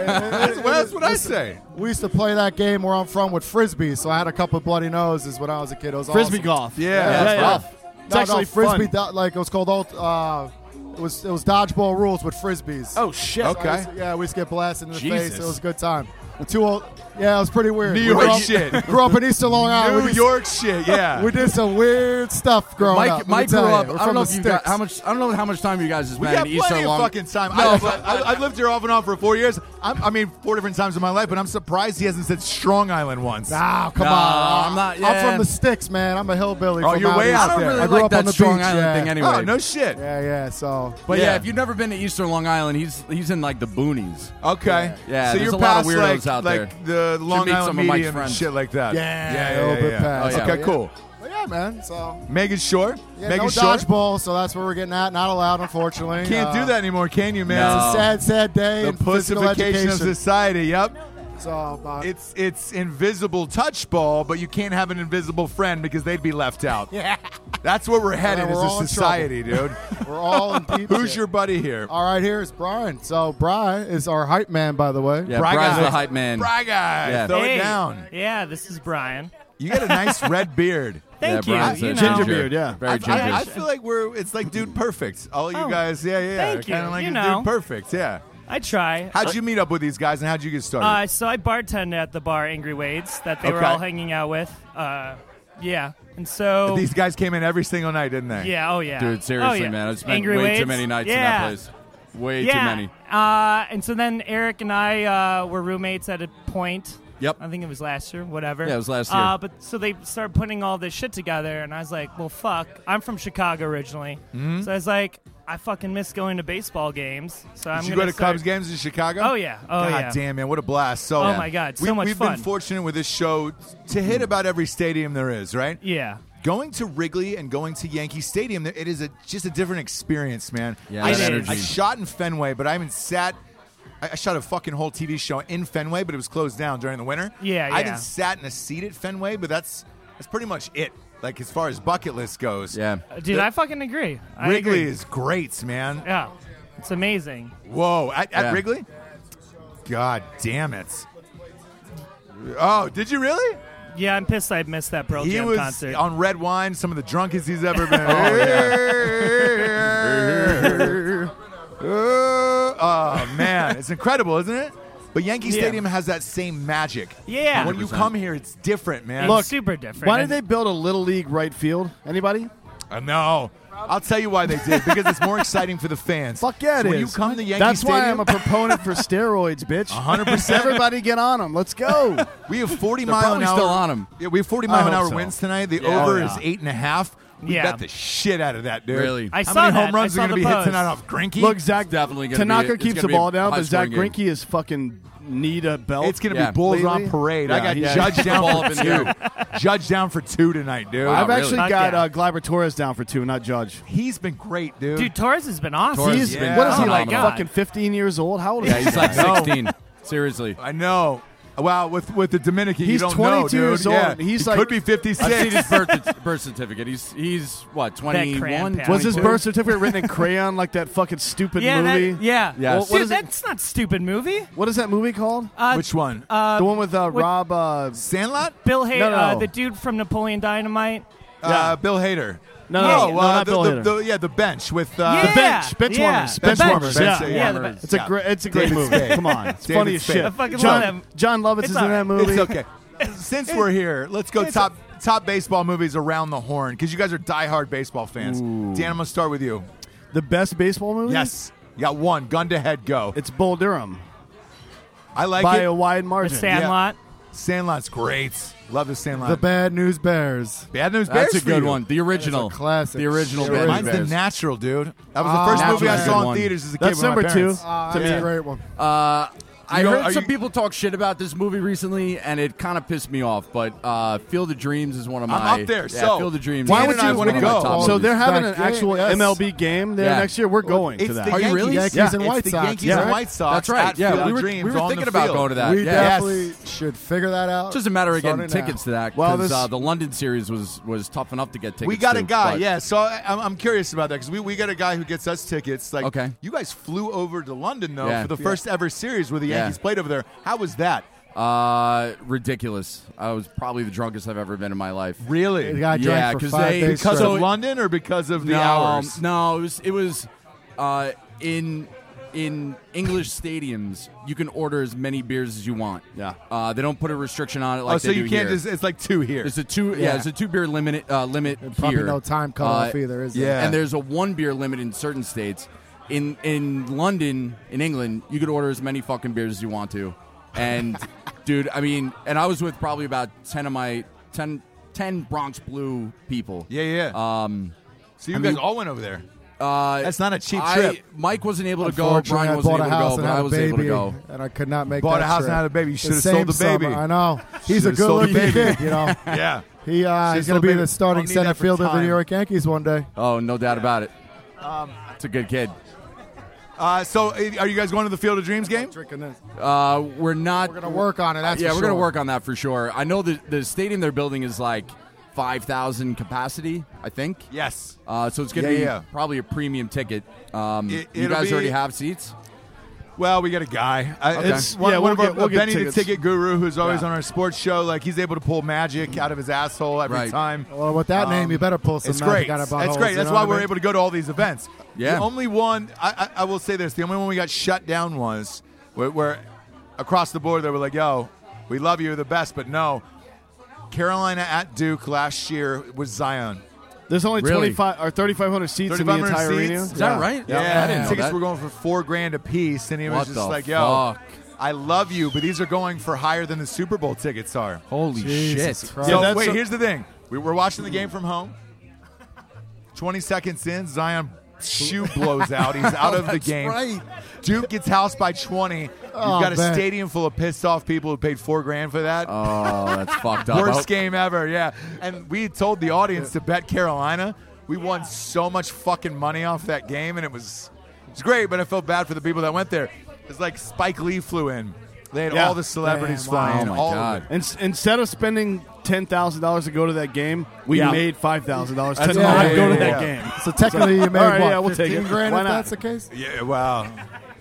Speaker 4: it- it-
Speaker 1: Well,
Speaker 4: it-
Speaker 1: that's what I say.
Speaker 4: We used to play that game where I'm from with frisbee, so I had a couple bloody noses when I was a kid. It was
Speaker 5: Frisbee
Speaker 4: awesome.
Speaker 5: golf.
Speaker 1: Yeah,
Speaker 5: yeah,
Speaker 1: that's
Speaker 5: yeah.
Speaker 1: rough.
Speaker 5: It's
Speaker 4: no,
Speaker 5: actually
Speaker 4: no, frisbee,
Speaker 5: fun.
Speaker 4: do- like it was called old. Uh, it was it was dodgeball rules with frisbees.
Speaker 5: oh shit.
Speaker 4: So I used to- yeah, we used to get blasted in the face. It
Speaker 3: Jesus.
Speaker 4: was a good time. Too old. Yeah, it was pretty weird.
Speaker 1: New
Speaker 4: We
Speaker 1: York
Speaker 4: grew up-
Speaker 1: shit.
Speaker 4: Grew up in Eastern Long Island.
Speaker 1: New
Speaker 4: We used-
Speaker 1: York shit, yeah.
Speaker 4: We did some weird stuff growing
Speaker 3: Mike,
Speaker 4: up. let me
Speaker 3: Mike grew
Speaker 4: tell you.
Speaker 3: up.
Speaker 4: We're
Speaker 3: I
Speaker 4: from
Speaker 3: don't know
Speaker 4: the
Speaker 3: if you got
Speaker 4: sticks.
Speaker 3: how much. I don't know how much time you guys have
Speaker 1: We
Speaker 3: spent
Speaker 1: got
Speaker 3: in East
Speaker 1: plenty
Speaker 3: so long.
Speaker 1: of fucking time. I, I, have lived here off and on for four years. I'm, I mean, four different times in my life, but I'm surprised he hasn't said Strong Island once.
Speaker 4: Oh, come
Speaker 3: Nah,
Speaker 4: on.
Speaker 3: I'm not-
Speaker 4: I'm
Speaker 3: yeah.
Speaker 4: from the sticks, man. I'm a hillbilly.
Speaker 1: Oh,
Speaker 4: from
Speaker 1: you're
Speaker 4: out
Speaker 1: way
Speaker 4: east
Speaker 1: out there.
Speaker 3: I don't really
Speaker 4: I grew
Speaker 3: like
Speaker 4: up
Speaker 3: that
Speaker 4: on the
Speaker 3: Strong
Speaker 4: beach,
Speaker 3: Island
Speaker 4: yeah.
Speaker 3: thing anyway.
Speaker 1: oh, no shit.
Speaker 4: Yeah, yeah. So,
Speaker 3: But yeah.
Speaker 1: Yeah.
Speaker 3: if you've never been to Eastern Long Island, he's he's in like the boonies.
Speaker 1: Okay.
Speaker 3: Yeah,
Speaker 1: so
Speaker 3: there's
Speaker 1: you're
Speaker 3: a lot of
Speaker 1: past
Speaker 3: weirdos
Speaker 1: like,
Speaker 3: out
Speaker 1: like the Long
Speaker 3: meet
Speaker 1: Island
Speaker 3: some of Mike's
Speaker 1: medium and
Speaker 3: friends.
Speaker 1: shit like that.
Speaker 4: Yeah,
Speaker 1: yeah,
Speaker 4: a little
Speaker 1: yeah,
Speaker 4: bit
Speaker 1: yeah.
Speaker 4: past.
Speaker 3: Oh, yeah.
Speaker 1: Okay, cool.
Speaker 4: but yeah, man. So,
Speaker 1: Megan Shore.
Speaker 4: yeah,
Speaker 1: Megan
Speaker 4: no
Speaker 1: Shore.
Speaker 4: dodgeball. So that's where we're getting at. Not allowed, unfortunately.
Speaker 1: Can't
Speaker 4: Uh,
Speaker 1: do that anymore, can you,
Speaker 3: No.
Speaker 1: man?
Speaker 4: It's a sad, sad day.
Speaker 1: The
Speaker 4: in physical
Speaker 1: pussification
Speaker 4: education.
Speaker 1: of society. Yep.
Speaker 4: So, uh,
Speaker 1: It's it's invisible touch ball, but you can't have an invisible friend because they'd be left out. Yeah. That's where we're headed
Speaker 4: Yeah, we're all
Speaker 1: as a
Speaker 4: in
Speaker 1: society, dude.
Speaker 4: we're all in deep.
Speaker 1: Who's
Speaker 4: shit.
Speaker 1: your buddy here?
Speaker 4: All right, here is Brian. So, Brian is our hype man, by the way.
Speaker 3: Yeah,
Speaker 1: Bry
Speaker 3: Brian's
Speaker 1: guy.
Speaker 3: the hype man.
Speaker 1: Bry guy.
Speaker 3: Yeah.
Speaker 1: Throw
Speaker 6: Hey.
Speaker 1: it down.
Speaker 6: Yeah, this is Brian.
Speaker 1: You got a nice red beard.
Speaker 6: Thank
Speaker 3: yeah,
Speaker 6: you. You
Speaker 3: Brian's
Speaker 6: know,
Speaker 3: a
Speaker 5: Ginger beard, yeah.
Speaker 3: Very ginger.
Speaker 1: I, I feel like we're it's like dude perfect. All you
Speaker 6: Oh,
Speaker 1: guys, yeah, yeah, yeah.
Speaker 6: thank you.
Speaker 1: Kind of like
Speaker 6: You
Speaker 1: a
Speaker 6: know.
Speaker 1: dude perfect, yeah.
Speaker 6: I try.
Speaker 1: How'd you meet up with these guys and how'd you get started?
Speaker 6: Uh, so I bartend at the bar Angry Wade's that they were
Speaker 1: Okay.
Speaker 6: all hanging out with. Uh, yeah, and so
Speaker 1: these guys came in every single night, didn't they?
Speaker 6: yeah, oh yeah,
Speaker 3: Dude, seriously,
Speaker 6: oh, yeah.
Speaker 3: man, I spent
Speaker 6: Angry
Speaker 3: way too
Speaker 6: Wade's?
Speaker 3: many nights
Speaker 6: yeah.
Speaker 3: in that place. Way
Speaker 6: yeah.
Speaker 3: too many.
Speaker 6: Uh, and so then Eric and I uh, were roommates at a point.
Speaker 3: Yep.
Speaker 6: I think it was last year, whatever.
Speaker 3: Yeah, it was last year.
Speaker 6: Uh, but so they started putting all this shit together, and I was like, "Well, fuck, I'm from Chicago originally, so I was like, I fucking miss going to baseball games, so I'm
Speaker 1: Did you go
Speaker 6: gonna
Speaker 1: to
Speaker 6: start-
Speaker 1: Cubs games in Chicago?
Speaker 6: Oh, yeah. Oh,
Speaker 1: God
Speaker 6: yeah.
Speaker 1: damn man, what a blast! So
Speaker 6: Oh, my God, so
Speaker 1: we,
Speaker 6: much
Speaker 1: We've
Speaker 6: fun.
Speaker 1: been fortunate with this show to hit about every stadium there is, right?
Speaker 6: Yeah,
Speaker 1: Going to Wrigley and going to Yankee Stadium, it is a just a different experience, man.
Speaker 3: Yeah,
Speaker 1: I,
Speaker 6: that energy.
Speaker 1: I shot in Fenway, but I haven't sat. I I shot a fucking whole TV show in Fenway, but it was closed down during the winter.
Speaker 6: Yeah,
Speaker 1: I
Speaker 6: yeah.
Speaker 1: haven't sat in a seat at Fenway, but that's that's pretty much it. Like as far as bucket list goes,
Speaker 3: Yeah.
Speaker 6: dude, I fucking agree. I
Speaker 1: Wrigley
Speaker 6: agree.
Speaker 1: is great, man.
Speaker 6: Yeah, it's amazing.
Speaker 1: Whoa, at, at
Speaker 3: Yeah.
Speaker 1: Wrigley? God damn it. Oh, did you really?
Speaker 6: Yeah, I'm pissed I missed that Pearl
Speaker 1: He
Speaker 6: Jam
Speaker 1: was
Speaker 6: concert.
Speaker 1: on red wine, some of the drunkest he's ever been. oh, man. It's incredible, isn't it? But Yankee
Speaker 6: Yeah.
Speaker 1: Stadium has that same magic.
Speaker 6: Yeah.
Speaker 1: When you
Speaker 3: 100%.
Speaker 1: come here, it's different, man.
Speaker 6: It's super different.
Speaker 5: Why did
Speaker 6: And-
Speaker 5: they build a little league right field? Anybody?
Speaker 1: Uh, no. I'll tell you why they did. Because it's more exciting for the fans.
Speaker 5: Fuck yeah, it
Speaker 1: So
Speaker 5: is.
Speaker 1: when you come to Yankee
Speaker 5: That's why
Speaker 1: Stadium,
Speaker 5: I'm a proponent for steroids, bitch.
Speaker 1: 100%.
Speaker 5: Everybody get on them. Let's go.
Speaker 1: We have 40 mile an
Speaker 3: probably
Speaker 1: hour.
Speaker 3: still on 'em.
Speaker 1: Yeah, we have 40 mile an
Speaker 5: hope
Speaker 1: hour
Speaker 5: so.
Speaker 1: winds tonight. The
Speaker 3: Yeah.
Speaker 1: over
Speaker 3: Oh, yeah.
Speaker 1: is eight and a half. We
Speaker 6: Yeah.
Speaker 1: bet the shit out of that, dude.
Speaker 3: Really?
Speaker 6: I
Speaker 1: How
Speaker 6: saw
Speaker 1: many
Speaker 6: that.
Speaker 1: home runs
Speaker 6: I
Speaker 1: are
Speaker 6: saw
Speaker 1: going
Speaker 6: the
Speaker 1: to be hit
Speaker 6: post.
Speaker 1: tonight off Grinky?
Speaker 5: Look, Zach.
Speaker 3: It's definitely gonna
Speaker 5: Tanaka
Speaker 3: be- it's
Speaker 5: keeps
Speaker 3: gonna
Speaker 5: the
Speaker 3: be a
Speaker 5: ball down, but Zach
Speaker 3: high-scoring game.
Speaker 5: Grinke is fucking need a belt.
Speaker 1: it's going to
Speaker 3: Yeah.
Speaker 1: be bulls
Speaker 5: Lately?
Speaker 1: on parade.
Speaker 5: That
Speaker 1: out.
Speaker 5: guy-
Speaker 1: He
Speaker 5: yeah.
Speaker 1: judged
Speaker 3: Ball
Speaker 1: down
Speaker 3: up
Speaker 1: for
Speaker 3: in
Speaker 1: two.
Speaker 3: the
Speaker 1: judged down for two tonight, dude.
Speaker 3: Wow.
Speaker 5: I've
Speaker 3: really?
Speaker 5: actually
Speaker 6: Fuck
Speaker 5: got
Speaker 6: yeah.
Speaker 5: uh, Gleyber Torres down for two, not Judge.
Speaker 1: He's been great, dude.
Speaker 6: Dude, Torres has been awesome.
Speaker 3: Torres
Speaker 5: He's
Speaker 3: has
Speaker 1: Yeah.
Speaker 3: been
Speaker 5: what is he like?
Speaker 3: phenomenal.
Speaker 5: Fucking 15 years old? How old is
Speaker 3: Yeah,
Speaker 5: he?
Speaker 3: he's like
Speaker 1: No.
Speaker 3: 16. Seriously.
Speaker 1: I know. Wow, with with the Dominican, you
Speaker 5: He's
Speaker 1: don't
Speaker 5: 22
Speaker 1: know, dude.
Speaker 5: years old,
Speaker 1: Yeah.
Speaker 5: and he's
Speaker 1: he
Speaker 5: like-
Speaker 1: could be
Speaker 3: I've seen
Speaker 1: 56.
Speaker 3: his birth, birth certificate. He's he's what
Speaker 6: crayon
Speaker 3: 21.
Speaker 6: pad.
Speaker 5: was his
Speaker 3: 22?
Speaker 5: birth certificate written in crayon like that fucking stupid
Speaker 6: yeah,
Speaker 5: movie?
Speaker 6: that, yeah,
Speaker 3: Yes.
Speaker 6: Dude,
Speaker 3: What
Speaker 5: is it-
Speaker 6: that's not stupid movie.
Speaker 5: What is that movie called?
Speaker 6: Uh,
Speaker 1: Which one?
Speaker 6: uh,
Speaker 5: the one with uh, Rob. Uh,
Speaker 1: Sandlot?
Speaker 6: Bill Hay,
Speaker 5: No, no,
Speaker 6: Uh,
Speaker 5: no.
Speaker 6: the dude from Napoleon Dynamite.
Speaker 1: Uh, Bill Hader.
Speaker 5: no, no, no,
Speaker 1: uh,
Speaker 5: not
Speaker 1: the,
Speaker 5: Bill
Speaker 1: the-
Speaker 5: Hader.
Speaker 1: the- yeah, the bench with uh,
Speaker 6: yeah,
Speaker 5: bench, bench
Speaker 6: yeah.
Speaker 5: warmers,
Speaker 6: The
Speaker 5: bench
Speaker 6: bench.
Speaker 5: warmers,
Speaker 1: bench
Speaker 5: yeah.
Speaker 6: Yeah,
Speaker 1: warmers.
Speaker 6: the bench.
Speaker 5: it's a
Speaker 1: Yeah.
Speaker 5: great, it's a great
Speaker 1: David
Speaker 5: movie.
Speaker 1: Spade.
Speaker 5: Come on, it's
Speaker 1: David
Speaker 5: funny as
Speaker 1: Spade.
Speaker 5: shit.
Speaker 1: I
Speaker 6: fucking
Speaker 5: John,
Speaker 6: love him.
Speaker 5: John Lovitz
Speaker 6: It's
Speaker 5: is in that
Speaker 6: alright.
Speaker 5: movie.
Speaker 1: It's okay. Since we're here, let's go top top baseball movies around the horn because you guys are diehard baseball fans. Dan, I'm gonna start with you.
Speaker 5: The best baseball movie.
Speaker 1: Yes, you got one. Gun to head, go.
Speaker 5: it's Bull Durham
Speaker 1: I like
Speaker 5: by
Speaker 1: it.
Speaker 5: a wide
Speaker 6: The
Speaker 5: margin.
Speaker 6: Sandlot.
Speaker 1: Sandlot's great. Love the Sandlot.
Speaker 4: The Bad News Bears.
Speaker 1: Bad news.
Speaker 3: That's a
Speaker 1: Bears for
Speaker 3: good
Speaker 1: you.
Speaker 3: one. The original.
Speaker 4: classic.
Speaker 3: The original.
Speaker 4: Sure
Speaker 3: Bad
Speaker 1: Mine's
Speaker 3: News
Speaker 1: the
Speaker 3: Bears.
Speaker 1: Natural, dude. That was the
Speaker 4: Ah.
Speaker 1: first movie I
Speaker 3: Natural's
Speaker 1: saw
Speaker 3: a good
Speaker 1: in
Speaker 3: one.
Speaker 1: theaters as a kid.
Speaker 5: That's
Speaker 1: with my
Speaker 5: number two.
Speaker 1: parents.
Speaker 4: Ah, that's
Speaker 1: Yeah.
Speaker 4: a great one.
Speaker 3: Uh, I
Speaker 1: You know, are
Speaker 3: heard some
Speaker 1: you-
Speaker 3: people talk shit about this movie recently, and it kind of pissed me off. But uh, Field of Dreams is one of
Speaker 1: I'm
Speaker 3: my.
Speaker 1: up there,
Speaker 3: Yeah,
Speaker 1: so-
Speaker 3: Field of Dreams.
Speaker 1: Why
Speaker 3: is
Speaker 1: would
Speaker 3: one
Speaker 1: you
Speaker 3: of
Speaker 1: wanna
Speaker 3: my
Speaker 1: go?
Speaker 3: top
Speaker 5: So
Speaker 3: movies.
Speaker 5: they're having an
Speaker 4: Back
Speaker 5: actual
Speaker 4: game, yes.
Speaker 5: MLB game there
Speaker 3: Yeah.
Speaker 5: next year. We're going
Speaker 1: It's
Speaker 5: to that.
Speaker 1: the
Speaker 3: Are you
Speaker 1: Yankees.
Speaker 3: really?
Speaker 1: Yankees
Speaker 5: Yeah.
Speaker 1: and
Speaker 4: It's
Speaker 1: White
Speaker 4: the
Speaker 1: Sox.
Speaker 4: Yankees
Speaker 1: yeah.
Speaker 4: and
Speaker 1: White
Speaker 4: White
Speaker 1: Sox.
Speaker 3: That's right.
Speaker 1: At
Speaker 3: Yeah,
Speaker 1: Field of
Speaker 3: we were-
Speaker 1: Dreams
Speaker 3: we were
Speaker 1: on
Speaker 3: thinking
Speaker 1: the
Speaker 3: about
Speaker 1: field.
Speaker 3: going to that.
Speaker 4: We
Speaker 3: Yeah.
Speaker 4: definitely should figure that out.
Speaker 3: It's just a matter of
Speaker 4: Starting
Speaker 3: getting tickets
Speaker 4: now.
Speaker 3: to that
Speaker 5: Well,
Speaker 3: because
Speaker 5: this-
Speaker 3: uh, the London series was was tough enough to get tickets.
Speaker 1: We got a
Speaker 3: to,
Speaker 1: guy,
Speaker 3: but-
Speaker 1: yeah. So I, I'm, I'm curious about that because we, we got a guy who gets us tickets. Like,
Speaker 3: Okay.
Speaker 1: you guys flew over to London though
Speaker 3: Yeah.
Speaker 1: for the
Speaker 3: Yeah.
Speaker 1: first ever series where the
Speaker 3: Yeah.
Speaker 1: Yankees played over there. How was that?
Speaker 3: Uh, ridiculous. I was probably the drunkest I've ever been in my life.
Speaker 4: The
Speaker 1: Really?
Speaker 4: guy drank
Speaker 3: Yeah,
Speaker 4: for
Speaker 3: 'cause
Speaker 4: five
Speaker 3: they-
Speaker 4: days
Speaker 1: Because
Speaker 4: straight.
Speaker 3: So
Speaker 1: of
Speaker 3: it-
Speaker 1: London or because of the
Speaker 3: no,
Speaker 1: hours?
Speaker 3: No, it was it was uh, in in English stadiums. You can order as many beers as you want.
Speaker 5: Yeah.
Speaker 3: uh, they don't put a restriction on it like
Speaker 1: oh, so
Speaker 3: they
Speaker 1: you
Speaker 3: do
Speaker 1: can't
Speaker 3: here.
Speaker 1: just. It's like two here.
Speaker 3: There's a two. Yeah,
Speaker 4: Yeah.
Speaker 3: there's a two beer limit. Uh, limit
Speaker 4: And probably
Speaker 3: here. Uh,
Speaker 4: no time cutoff either, is there?
Speaker 1: Uh, yeah.
Speaker 3: And there's a one beer limit in certain states. In in London, in England, you could order as many fucking beers as you want to. And dude, I mean, and I was with probably about ten of my 10, 10 Bronx Blue people.
Speaker 1: yeah, yeah. Um, so you
Speaker 3: I
Speaker 1: guys
Speaker 3: mean-
Speaker 1: all went over there.
Speaker 3: Uh,
Speaker 1: That's not a cheap
Speaker 3: I-
Speaker 1: trip.
Speaker 3: Mike wasn't able to go.
Speaker 4: Unfortunately,
Speaker 3: Brian
Speaker 4: I
Speaker 3: wasn't able
Speaker 4: bought a
Speaker 3: to
Speaker 4: house
Speaker 3: go, but
Speaker 4: and had
Speaker 3: I
Speaker 4: a
Speaker 3: was
Speaker 4: baby,
Speaker 3: able to go.
Speaker 4: and I could not make.
Speaker 1: Bought
Speaker 4: that
Speaker 1: a house and
Speaker 4: trip.
Speaker 1: had a baby. You should've
Speaker 4: same
Speaker 1: sold the baby.
Speaker 4: summer, I know. He's a
Speaker 1: Should've sold the
Speaker 4: good-looking
Speaker 1: baby.
Speaker 4: kid. You know,
Speaker 1: Yeah.
Speaker 4: he uh,
Speaker 1: Should've sold
Speaker 4: he's going
Speaker 1: the
Speaker 4: to be
Speaker 1: baby.
Speaker 4: the starting
Speaker 1: Don't need
Speaker 4: center
Speaker 1: that for
Speaker 4: fielder of the
Speaker 1: time.
Speaker 4: New York Yankees one day.
Speaker 3: Oh, no doubt about it.
Speaker 1: Um,
Speaker 3: it's a good kid.
Speaker 1: Uh, so uh, are you guys going to the Field of Dreams game?
Speaker 4: Drinking this.
Speaker 3: Uh, we're not.
Speaker 4: We're gonna work on it. That's
Speaker 3: yeah,
Speaker 4: for
Speaker 3: we're gonna
Speaker 4: sure.
Speaker 3: work on that for sure. I know the the stadium they're building is like five thousand capacity, I think.
Speaker 1: Yes.
Speaker 3: Uh, so it's gonna
Speaker 1: Yeah,
Speaker 3: be
Speaker 1: yeah.
Speaker 3: probably a premium ticket. Um,
Speaker 1: It-
Speaker 3: you
Speaker 1: it'll
Speaker 3: guys
Speaker 1: be-
Speaker 3: already have seats.
Speaker 1: Well, we got a guy. I It's one,
Speaker 5: Yeah,
Speaker 1: one
Speaker 5: we'll
Speaker 1: of
Speaker 5: get-
Speaker 1: our
Speaker 5: we'll get
Speaker 1: Benny
Speaker 5: tickets.
Speaker 1: the Ticket Guru, who's always
Speaker 3: Yeah.
Speaker 1: on our sports show. Like he's able to pull magic out of his asshole every
Speaker 3: Right.
Speaker 1: time.
Speaker 4: Well, with that name, you better pull some
Speaker 1: It's
Speaker 4: magic
Speaker 1: great.
Speaker 4: out of
Speaker 1: That's
Speaker 4: buttholes,
Speaker 1: great.
Speaker 4: you
Speaker 1: That's
Speaker 4: know
Speaker 1: why
Speaker 4: what I
Speaker 1: we're
Speaker 4: mean?
Speaker 1: able to go to all these events.
Speaker 3: Yeah.
Speaker 1: The only one I, I, I will say this: the only one we got shut down was where, where across the board they were like, "Yo, we love you, you're the best," but no. Carolina at Duke last year was Zion.
Speaker 5: There's only
Speaker 3: Really?
Speaker 5: 25 or 3,500 seats in the
Speaker 1: 3,500
Speaker 5: entire
Speaker 1: seats?
Speaker 5: arena.
Speaker 1: Is
Speaker 3: Is that right?
Speaker 1: Yeah,
Speaker 3: I didn't know
Speaker 1: tickets
Speaker 3: that.
Speaker 1: were going for four grand a piece, and he was
Speaker 3: What
Speaker 1: just
Speaker 3: the
Speaker 1: like, "Yo,
Speaker 3: fuck?
Speaker 1: I love you, but these are going for higher than the Super Bowl tickets are."
Speaker 3: Holy
Speaker 4: Jesus
Speaker 3: shit!
Speaker 4: Christ.
Speaker 1: So
Speaker 5: that's
Speaker 1: wait,
Speaker 5: so-
Speaker 1: here's the thing: we were watching the game from home. Twenty seconds in, Zion shoe blows out. He's out of the game.
Speaker 3: right.
Speaker 1: Duke gets housed by twenty. You've
Speaker 4: Oh,
Speaker 1: got a
Speaker 4: man.
Speaker 1: stadium full of pissed off people who paid four grand for that.
Speaker 3: Oh, that's fucked up. Oh,
Speaker 1: Worst game ever, yeah. And we told the audience to bet Carolina. We won so much fucking money off that game, and it was it was great. But I felt bad for the people that went there. It's like Spike Lee flew in. They had
Speaker 5: Yeah.
Speaker 1: all the celebrities
Speaker 4: Damn,
Speaker 1: flying.
Speaker 3: Oh my
Speaker 1: all of
Speaker 3: god!
Speaker 1: it.
Speaker 5: In, instead of spending ten thousand dollars to go to that game, we
Speaker 3: Yeah.
Speaker 5: made five thousand dollars to
Speaker 4: That's
Speaker 5: not
Speaker 4: right.
Speaker 5: go to
Speaker 4: Yeah,
Speaker 5: that
Speaker 1: yeah.
Speaker 5: game.
Speaker 4: So technically, you made
Speaker 5: All right,
Speaker 4: what?
Speaker 5: yeah, we'll take
Speaker 4: 15
Speaker 5: it.
Speaker 4: grand
Speaker 5: Why
Speaker 4: if
Speaker 5: not?
Speaker 4: that's the case.
Speaker 1: Yeah, wow.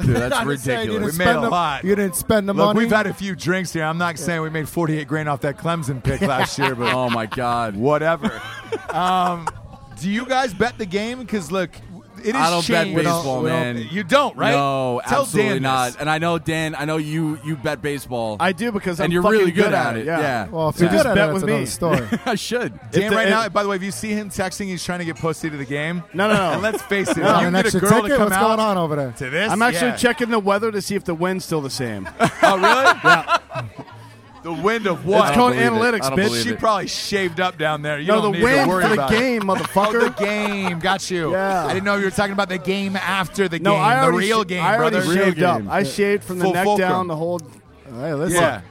Speaker 3: Dude, that's
Speaker 4: Not to say You
Speaker 3: ridiculous.
Speaker 4: didn't
Speaker 1: We made
Speaker 4: spend
Speaker 1: a
Speaker 4: the-
Speaker 1: lot.
Speaker 4: You didn't spend the
Speaker 1: Look,
Speaker 4: money.
Speaker 1: we've had a few drinks here. I'm not saying we made 48 grand off that Clemson pick last year, but
Speaker 3: Oh my god!
Speaker 1: whatever. um, do you guys bet the game? Because look, it is
Speaker 3: I don't bet
Speaker 1: changed.
Speaker 3: baseball,
Speaker 1: We don't-
Speaker 3: man.
Speaker 1: You don't, right?
Speaker 3: No,
Speaker 1: Tell
Speaker 3: absolutely
Speaker 1: Dan this.
Speaker 3: not. And I know Dan. I know you. You bet baseball.
Speaker 5: I do because
Speaker 3: and
Speaker 5: I'm
Speaker 3: you're
Speaker 5: fucking
Speaker 3: really good,
Speaker 5: at it.
Speaker 3: Yeah.
Speaker 4: well, Oh, if
Speaker 3: Yeah.
Speaker 4: you did
Speaker 5: Just
Speaker 4: it,
Speaker 5: bet
Speaker 4: that's
Speaker 5: with
Speaker 4: another
Speaker 5: me.
Speaker 4: story.
Speaker 3: I should.
Speaker 1: Dan,
Speaker 5: the-
Speaker 1: right
Speaker 5: if-
Speaker 1: now, by the way, if you see him texting, he's trying to get pussy to the game.
Speaker 5: No, no, no.
Speaker 1: And let's face it,
Speaker 4: On
Speaker 1: you
Speaker 4: an
Speaker 1: get a
Speaker 4: extra
Speaker 1: girl to
Speaker 4: ticket.
Speaker 1: come
Speaker 4: What's
Speaker 1: out
Speaker 4: going on over there?
Speaker 1: to this.
Speaker 5: I'm actually
Speaker 1: yeah.
Speaker 5: checking the weather to see if the wind's still the same.
Speaker 3: Oh really?
Speaker 1: The wind of what?
Speaker 5: It's called
Speaker 3: believe it.
Speaker 5: analytics,
Speaker 3: I don't
Speaker 5: bitch.
Speaker 3: believe
Speaker 1: She
Speaker 3: it.
Speaker 1: probably shaved up down there. You
Speaker 5: No,
Speaker 1: don't
Speaker 5: the
Speaker 1: need
Speaker 5: win
Speaker 1: to worry
Speaker 5: for the
Speaker 1: about it.
Speaker 5: game, motherfucker.
Speaker 1: Oh, the game. Got you.
Speaker 5: Yeah.
Speaker 1: I didn't know you were talking about the game after the
Speaker 5: No,
Speaker 1: game.
Speaker 5: I already
Speaker 1: the real
Speaker 5: sh-
Speaker 1: game,
Speaker 5: I already
Speaker 1: brother.
Speaker 5: shaved
Speaker 3: Real
Speaker 5: up.
Speaker 3: game.
Speaker 5: I shaved from the
Speaker 1: Full
Speaker 5: neck
Speaker 1: fulcrum.
Speaker 5: down the whole.
Speaker 4: Hey, listen.
Speaker 1: Yeah.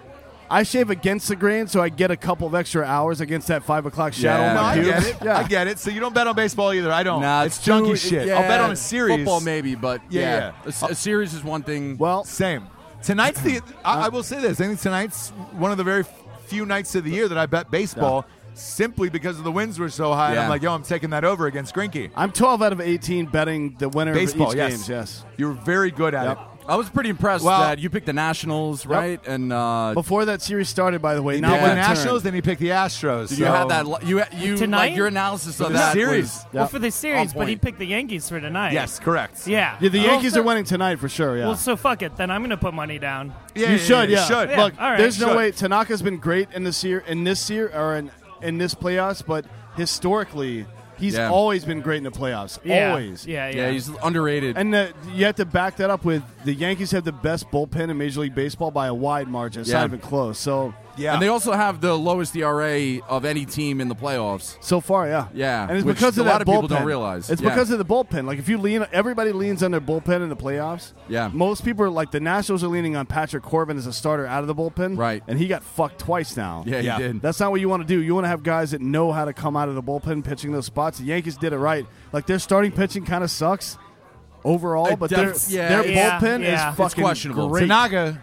Speaker 5: I shave against the grain, so I get a couple of extra hours against that five o'clock shadow.
Speaker 3: Yeah.
Speaker 5: on
Speaker 1: No,
Speaker 5: my
Speaker 1: I get
Speaker 5: pubes.
Speaker 1: it.
Speaker 5: Yeah.
Speaker 1: I get it. So you don't bet on baseball either. I don't.
Speaker 3: Nah,
Speaker 1: it's, junky
Speaker 3: too-
Speaker 1: shit.
Speaker 3: yeah.
Speaker 1: I'll bet on a series.
Speaker 3: Football maybe, but
Speaker 1: Yeah,
Speaker 3: yeah,
Speaker 1: yeah.
Speaker 3: A s- A, series is one thing.
Speaker 5: Well,
Speaker 1: Same. Tonight's the. I, I will say this. I think tonight's one of the very few nights of the year that I bet baseball simply because of the winds were so high. And I'm
Speaker 3: Yeah.
Speaker 1: like, yo, I'm taking that over against Grinky.
Speaker 5: I'm 12 out of 18 betting the winner
Speaker 1: Baseball,
Speaker 5: of each
Speaker 1: yes.
Speaker 5: games. Yes.
Speaker 1: You were very good at
Speaker 5: Yep.
Speaker 1: it.
Speaker 3: I was pretty impressed
Speaker 1: Well-
Speaker 3: that you picked the Nationals, right? And uh,
Speaker 5: Before that series started, by the way,
Speaker 1: He
Speaker 5: not
Speaker 1: picked
Speaker 3: Yeah.
Speaker 1: the
Speaker 5: when
Speaker 1: Nationals, then he picked the Astros.
Speaker 3: you
Speaker 1: so-
Speaker 3: had that. li- You you
Speaker 6: Tonight?
Speaker 3: like your analysis
Speaker 1: For
Speaker 3: of
Speaker 1: the
Speaker 3: that
Speaker 1: series.
Speaker 3: was-
Speaker 6: Well, for the series, but he
Speaker 3: point.
Speaker 6: picked the Yankees for tonight.
Speaker 1: Yes, correct.
Speaker 6: Yeah.
Speaker 5: Yeah, the
Speaker 1: Oh,
Speaker 6: Well,
Speaker 5: Yankees
Speaker 6: so-
Speaker 5: are winning tonight for sure. Yeah.
Speaker 6: Well, so fuck it. Then I'm gonna put money down.
Speaker 1: Yeah,
Speaker 5: you should. Yeah.
Speaker 1: You should.
Speaker 6: Yeah.
Speaker 5: Look,
Speaker 6: all right,
Speaker 5: there's no
Speaker 1: should.
Speaker 5: way Tanaka's been great in this year, in this year, or in in this playoffs, but historically, he's
Speaker 3: Yeah.
Speaker 5: always been great in the playoffs.
Speaker 6: Yeah.
Speaker 5: Always.
Speaker 6: Yeah, yeah.
Speaker 3: Yeah, he's underrated.
Speaker 5: And uh you have to back that up with the Yankees have the best bullpen in Major League Baseball by a wide margin. It's
Speaker 3: Yeah.
Speaker 5: not even close. So
Speaker 1: Yeah.
Speaker 3: And they also have the lowest ERA of any team in the playoffs.
Speaker 5: so far, yeah,
Speaker 3: Yeah,
Speaker 5: and it's
Speaker 3: which
Speaker 5: because
Speaker 3: a
Speaker 5: of that
Speaker 3: lot of people
Speaker 5: bullpen.
Speaker 3: don't realize.
Speaker 5: It's
Speaker 3: Yeah.
Speaker 5: because of the bullpen. Like if you lean, everybody leans on their bullpen in the playoffs.
Speaker 3: Yeah.
Speaker 5: most people are like the Nationals are leaning on Patrick Corbin as a starter out of the bullpen,
Speaker 3: Right.
Speaker 5: And he got fucked twice now.
Speaker 3: Yeah,
Speaker 1: Yeah.
Speaker 3: he did.
Speaker 5: That's not what you want to do. You want to have guys that know how to come out of the bullpen pitching those spots. The Yankees did it right. Like their starting pitching kind of sucks overall,
Speaker 3: It
Speaker 5: but their,
Speaker 3: does- yeah,
Speaker 5: their
Speaker 6: yeah,
Speaker 5: bullpen is
Speaker 6: yeah. It's
Speaker 5: fucking
Speaker 3: questionable.
Speaker 5: great.
Speaker 1: Tanaka.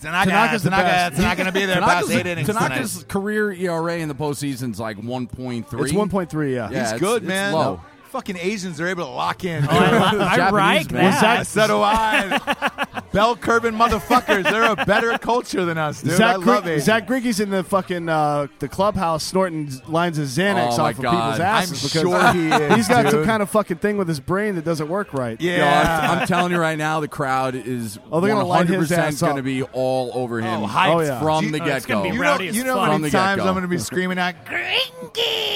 Speaker 1: Tanaka.
Speaker 5: Tanaka's the
Speaker 1: Tanaka.
Speaker 5: best.
Speaker 1: Tanaka going to be there. past
Speaker 3: Tanaka's,
Speaker 1: eight innings
Speaker 3: Tanaka's
Speaker 1: tonight.
Speaker 3: career ERA in the postseason is like 1.3.
Speaker 5: It's 1.3, yeah.
Speaker 3: Yeah.
Speaker 1: He's
Speaker 3: it's-
Speaker 1: good,
Speaker 3: it's
Speaker 1: man.
Speaker 3: low.
Speaker 1: Fucking Asians are able to lock in.
Speaker 6: Oh, I, li- I
Speaker 3: Japanese
Speaker 6: like
Speaker 3: man. Was
Speaker 6: that.
Speaker 1: Yes, so do I. Bell curving motherfuckers. They're a better culture than us, dude. I
Speaker 5: Zach,
Speaker 1: love
Speaker 5: Gre-
Speaker 1: it.
Speaker 5: Zach Greinke's in the fucking uh, the clubhouse snorting z- lines of Xanax
Speaker 3: Oh, my
Speaker 5: off of
Speaker 3: God.
Speaker 5: people's
Speaker 1: I'm
Speaker 5: asses because
Speaker 1: sure he is.
Speaker 5: he's got
Speaker 1: dude.
Speaker 5: some kind of fucking thing with his brain that doesn't work right.
Speaker 3: Yo,
Speaker 1: Yeah.
Speaker 3: I'm, I'm telling you right now, the crowd is
Speaker 5: Oh, they're gonna light his
Speaker 3: 100%
Speaker 5: ass up.
Speaker 3: going to be all over him
Speaker 1: Oh, hyped.
Speaker 5: Oh, yeah.
Speaker 3: from
Speaker 1: You-
Speaker 3: the
Speaker 1: oh,
Speaker 3: get
Speaker 6: it's
Speaker 3: go.
Speaker 6: gonna be
Speaker 1: you know,
Speaker 6: rowdy as
Speaker 1: you know
Speaker 6: fuck.
Speaker 1: how
Speaker 3: From
Speaker 1: many
Speaker 3: the
Speaker 1: times
Speaker 3: get-go.
Speaker 1: I'm going to be screaming out,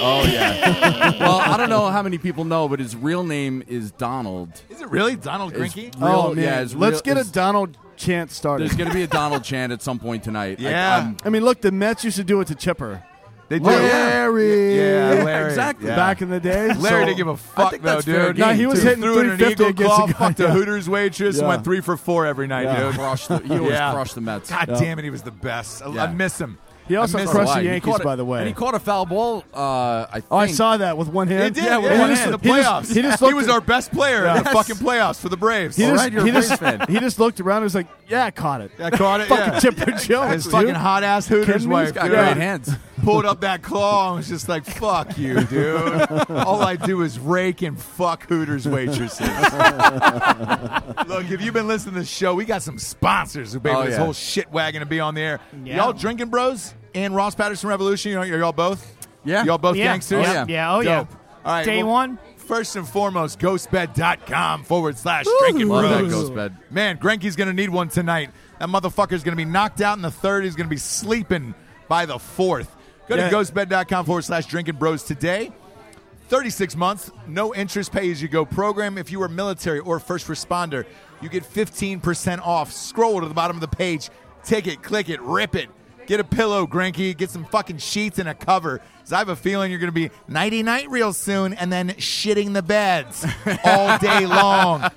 Speaker 3: Oh yeah. well, I don't know how many people know, but his real name is Donald.
Speaker 1: is it really Donald
Speaker 3: It's
Speaker 1: Grinky?
Speaker 3: real-
Speaker 5: oh man,
Speaker 3: yeah, it's
Speaker 5: let's
Speaker 3: real-
Speaker 5: get a
Speaker 3: it's-
Speaker 5: Donald Chant started.
Speaker 3: There's going to be a Donald Chan at some point tonight. I-
Speaker 1: Yeah.
Speaker 3: I'm-
Speaker 5: I mean, look, the Mets used to do it to Chipper
Speaker 1: They do.
Speaker 5: Larry.
Speaker 1: Yeah, Larry.
Speaker 3: exactly.
Speaker 1: Yeah.
Speaker 5: back in the day.
Speaker 1: Larry
Speaker 5: so-
Speaker 1: didn't give a fuck
Speaker 3: think
Speaker 1: though,
Speaker 3: that's fair
Speaker 1: dude.
Speaker 3: game, No, he was
Speaker 1: Dude,
Speaker 5: hitting
Speaker 1: threw in an
Speaker 5: 350
Speaker 1: eagle
Speaker 5: against
Speaker 1: claw,
Speaker 5: a guy,
Speaker 1: fucked a
Speaker 5: yeah.
Speaker 1: Hooters waitress,
Speaker 5: Yeah.
Speaker 1: went three for four every night,
Speaker 5: Yeah.
Speaker 1: dude.
Speaker 3: crushed the, he always
Speaker 1: Yeah.
Speaker 3: crushed the Mets.
Speaker 1: God damn it, he was the best. I, I
Speaker 3: Yeah.
Speaker 1: miss him.
Speaker 5: He
Speaker 1: I
Speaker 5: also
Speaker 1: miss
Speaker 5: crushed
Speaker 1: him.
Speaker 5: the
Speaker 3: He
Speaker 5: Yankees,
Speaker 3: caught a-
Speaker 5: by the way.
Speaker 3: And he caught a foul ball. Uh, I think.
Speaker 5: Oh, I saw that with one hand.
Speaker 1: He did.
Speaker 3: Yeah,
Speaker 1: Yeah,
Speaker 3: with
Speaker 1: he
Speaker 3: one
Speaker 1: was
Speaker 3: hand.
Speaker 1: in the
Speaker 5: He just-
Speaker 1: playoffs.
Speaker 5: he just
Speaker 1: he
Speaker 5: looked
Speaker 1: was
Speaker 5: at-
Speaker 1: our best player in the
Speaker 3: Yes.
Speaker 1: fucking playoffs for the Braves.
Speaker 5: He
Speaker 1: All
Speaker 5: just,
Speaker 1: right, you're
Speaker 5: he
Speaker 1: a
Speaker 5: just-
Speaker 1: Braves fan.
Speaker 5: he just looked around and was like, "Yeah, I caught it."
Speaker 1: I caught it.
Speaker 5: Fucking
Speaker 1: yeah.
Speaker 5: Chipper Jones,
Speaker 1: His
Speaker 5: dude.
Speaker 1: fucking hot ass Hooters
Speaker 5: Kidding me? He's
Speaker 1: wife.
Speaker 3: Got
Speaker 1: dude.
Speaker 3: great hands.
Speaker 1: pulled up that claw and was just like, fuck you, dude. All I do is rake and fuck Hooters waitresses. Look, if you've been listening to this show, we got some sponsors who paid
Speaker 3: Oh,
Speaker 1: for this
Speaker 3: yeah.
Speaker 1: whole shit wagon to be on the air.
Speaker 6: Yeah.
Speaker 1: Y'all drinking bros and Ross Patterson Revolution, y'all, y'all both?
Speaker 3: Yeah.
Speaker 1: Y'all both
Speaker 6: Yeah.
Speaker 1: gangsters?
Speaker 3: Oh, yeah.
Speaker 6: Yeah, oh, yeah.
Speaker 1: Dope. All right.
Speaker 6: Day
Speaker 1: well,
Speaker 6: one.
Speaker 1: First and foremost, ghostbed.com forward slash drinking
Speaker 3: Love that
Speaker 1: bros.
Speaker 3: ghost bed.
Speaker 1: Man, Grenke's going to need one tonight. That motherfucker's going to be knocked out in the third. He's going to be sleeping by the fourth. Go
Speaker 5: Yeah.
Speaker 1: to ghostbed.com forward slash drinking bros today. 36 months, no interest pay as you go program. If you are military or first responder, you get 15% off. Scroll to the bottom of the page, take it, click it, rip it. Get a pillow, Granky. Get some fucking sheets and a cover. 'Cause I have a feeling you're going to be nighty night real soon and then shitting the beds all day long.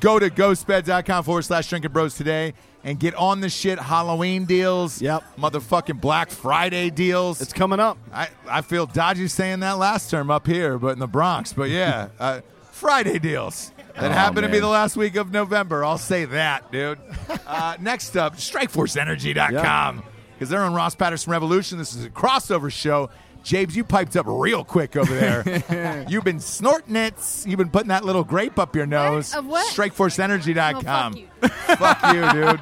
Speaker 1: Go to ghostbed.com forward slash drinking bros today and get on the shit Halloween deals.
Speaker 5: Yep.
Speaker 1: Motherfucking Black Friday deals.
Speaker 5: It's coming up.
Speaker 1: I, I feel dodgy saying that last term up here, but in the Bronx. But yeah, uh, Friday deals that
Speaker 3: Oh,
Speaker 1: happen to be
Speaker 3: man.
Speaker 1: the last week of November. I'll say that, dude. Uh, next up, StrikeForceEnergy.com because they're on Ross Patterson Revolution. This is a crossover show. James, you piped up real quick over there. You've been snorting it. You've been putting that little grape up your nose.
Speaker 7: Of what?
Speaker 1: StrikeForceEnergy.com.
Speaker 7: Oh, fuck you.
Speaker 1: Fuck you, dude.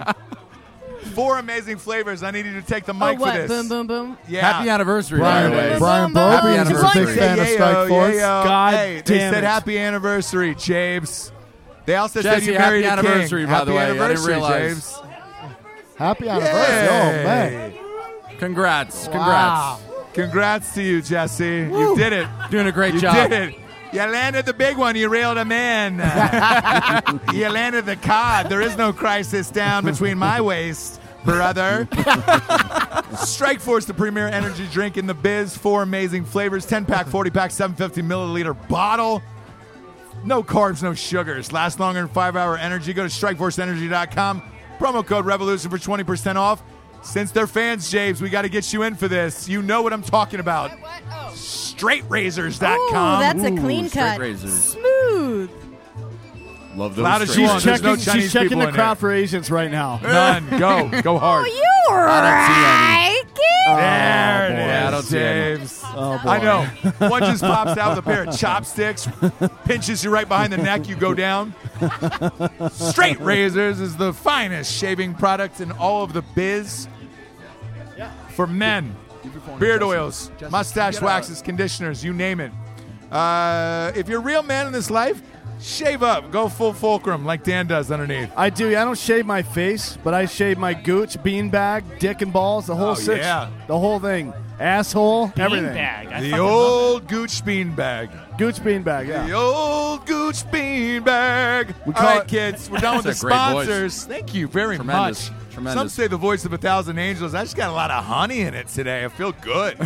Speaker 1: Four amazing flavors. I need you to take the mic
Speaker 7: oh, what?
Speaker 1: for this.
Speaker 7: Boom, boom, boom.
Speaker 1: Yeah.
Speaker 3: Happy anniversary,
Speaker 4: Brian,
Speaker 3: by the way.
Speaker 4: Brian
Speaker 7: Happy
Speaker 4: Broby is a
Speaker 3: anniversary.
Speaker 4: big fan of
Speaker 1: Yayo,
Speaker 4: Strike Force.
Speaker 1: yayo.
Speaker 5: God
Speaker 1: hey, they
Speaker 5: damn
Speaker 1: said
Speaker 5: it.
Speaker 1: happy anniversary, James. They also said
Speaker 3: Jesse,
Speaker 1: you married
Speaker 3: happy
Speaker 1: a king.
Speaker 3: anniversary, by
Speaker 1: happy
Speaker 3: the way. I didn't
Speaker 1: anniversary,
Speaker 3: realize.
Speaker 1: James.
Speaker 4: Happy anniversary. Oh, man.
Speaker 3: Congrats. Congrats.
Speaker 1: Congrats to you, Jesse. You did it.
Speaker 3: Doing a great
Speaker 1: You
Speaker 3: job.
Speaker 1: did it. You landed the big one. You reeled him in. you landed the cod. There is no crisis down between my waist brother. Strike Force, the premier energy drink in the biz. Four amazing flavors 10 pack, 40 pack, 750 milliliter bottle. No carbs, no sugars. Last longer than five hour energy. Go to strikeforceenergy.com. Promo code revolution for 20% off. Since they're fans, James, we got to get you in for this. You know what I'm talking about.
Speaker 7: Oh. Ooh,
Speaker 1: Straightrazors.com.
Speaker 7: that's a clean
Speaker 3: straight
Speaker 7: cut.
Speaker 3: razors.
Speaker 7: Smooth.
Speaker 3: Love those.
Speaker 1: Loud as
Speaker 3: straight
Speaker 1: you Come
Speaker 5: She's
Speaker 1: on,
Speaker 3: razors.
Speaker 1: there's
Speaker 5: checking,
Speaker 1: no Chinese
Speaker 5: she's checking
Speaker 1: people
Speaker 5: the
Speaker 1: in
Speaker 5: crowd
Speaker 1: here.
Speaker 5: for Asians right now.
Speaker 1: None. Go. Go hard.
Speaker 7: You're
Speaker 3: I
Speaker 7: right,
Speaker 1: There
Speaker 3: boy, I
Speaker 1: it
Speaker 3: don't
Speaker 1: is,
Speaker 3: see any.
Speaker 1: James.
Speaker 5: Oh, boy.
Speaker 1: I know. One just pops out with a pair of chopsticks, pinches you right behind the neck, you go down. Straight Razors is the finest shaving product in all of the biz for men. Beard oils, mustache waxes, conditioners, you name it. Uh, if you're a real man in this life, shave up. Go full fulcrum like Dan does underneath.
Speaker 5: I do. I don't shave my face, but I shave my gooch, beanbag, dick and balls, the whole
Speaker 1: Oh,
Speaker 5: six,
Speaker 1: yeah.
Speaker 5: the whole thing, asshole, everything.
Speaker 6: Beanbag. I
Speaker 1: The
Speaker 6: fucking love
Speaker 1: old Gooch beanbag.
Speaker 5: Gooch beanbag. Yeah.
Speaker 1: The old Gooch beanbag.
Speaker 5: We
Speaker 1: We
Speaker 5: call
Speaker 1: All right,
Speaker 5: it-
Speaker 1: kids, we're done with the
Speaker 3: That's a great voice.
Speaker 1: sponsors. Thank you very
Speaker 3: Tremendous.
Speaker 1: much.
Speaker 3: Tremendous.
Speaker 1: Some say the voice of a thousand angels. I just got a lot of honey in it today. I feel good.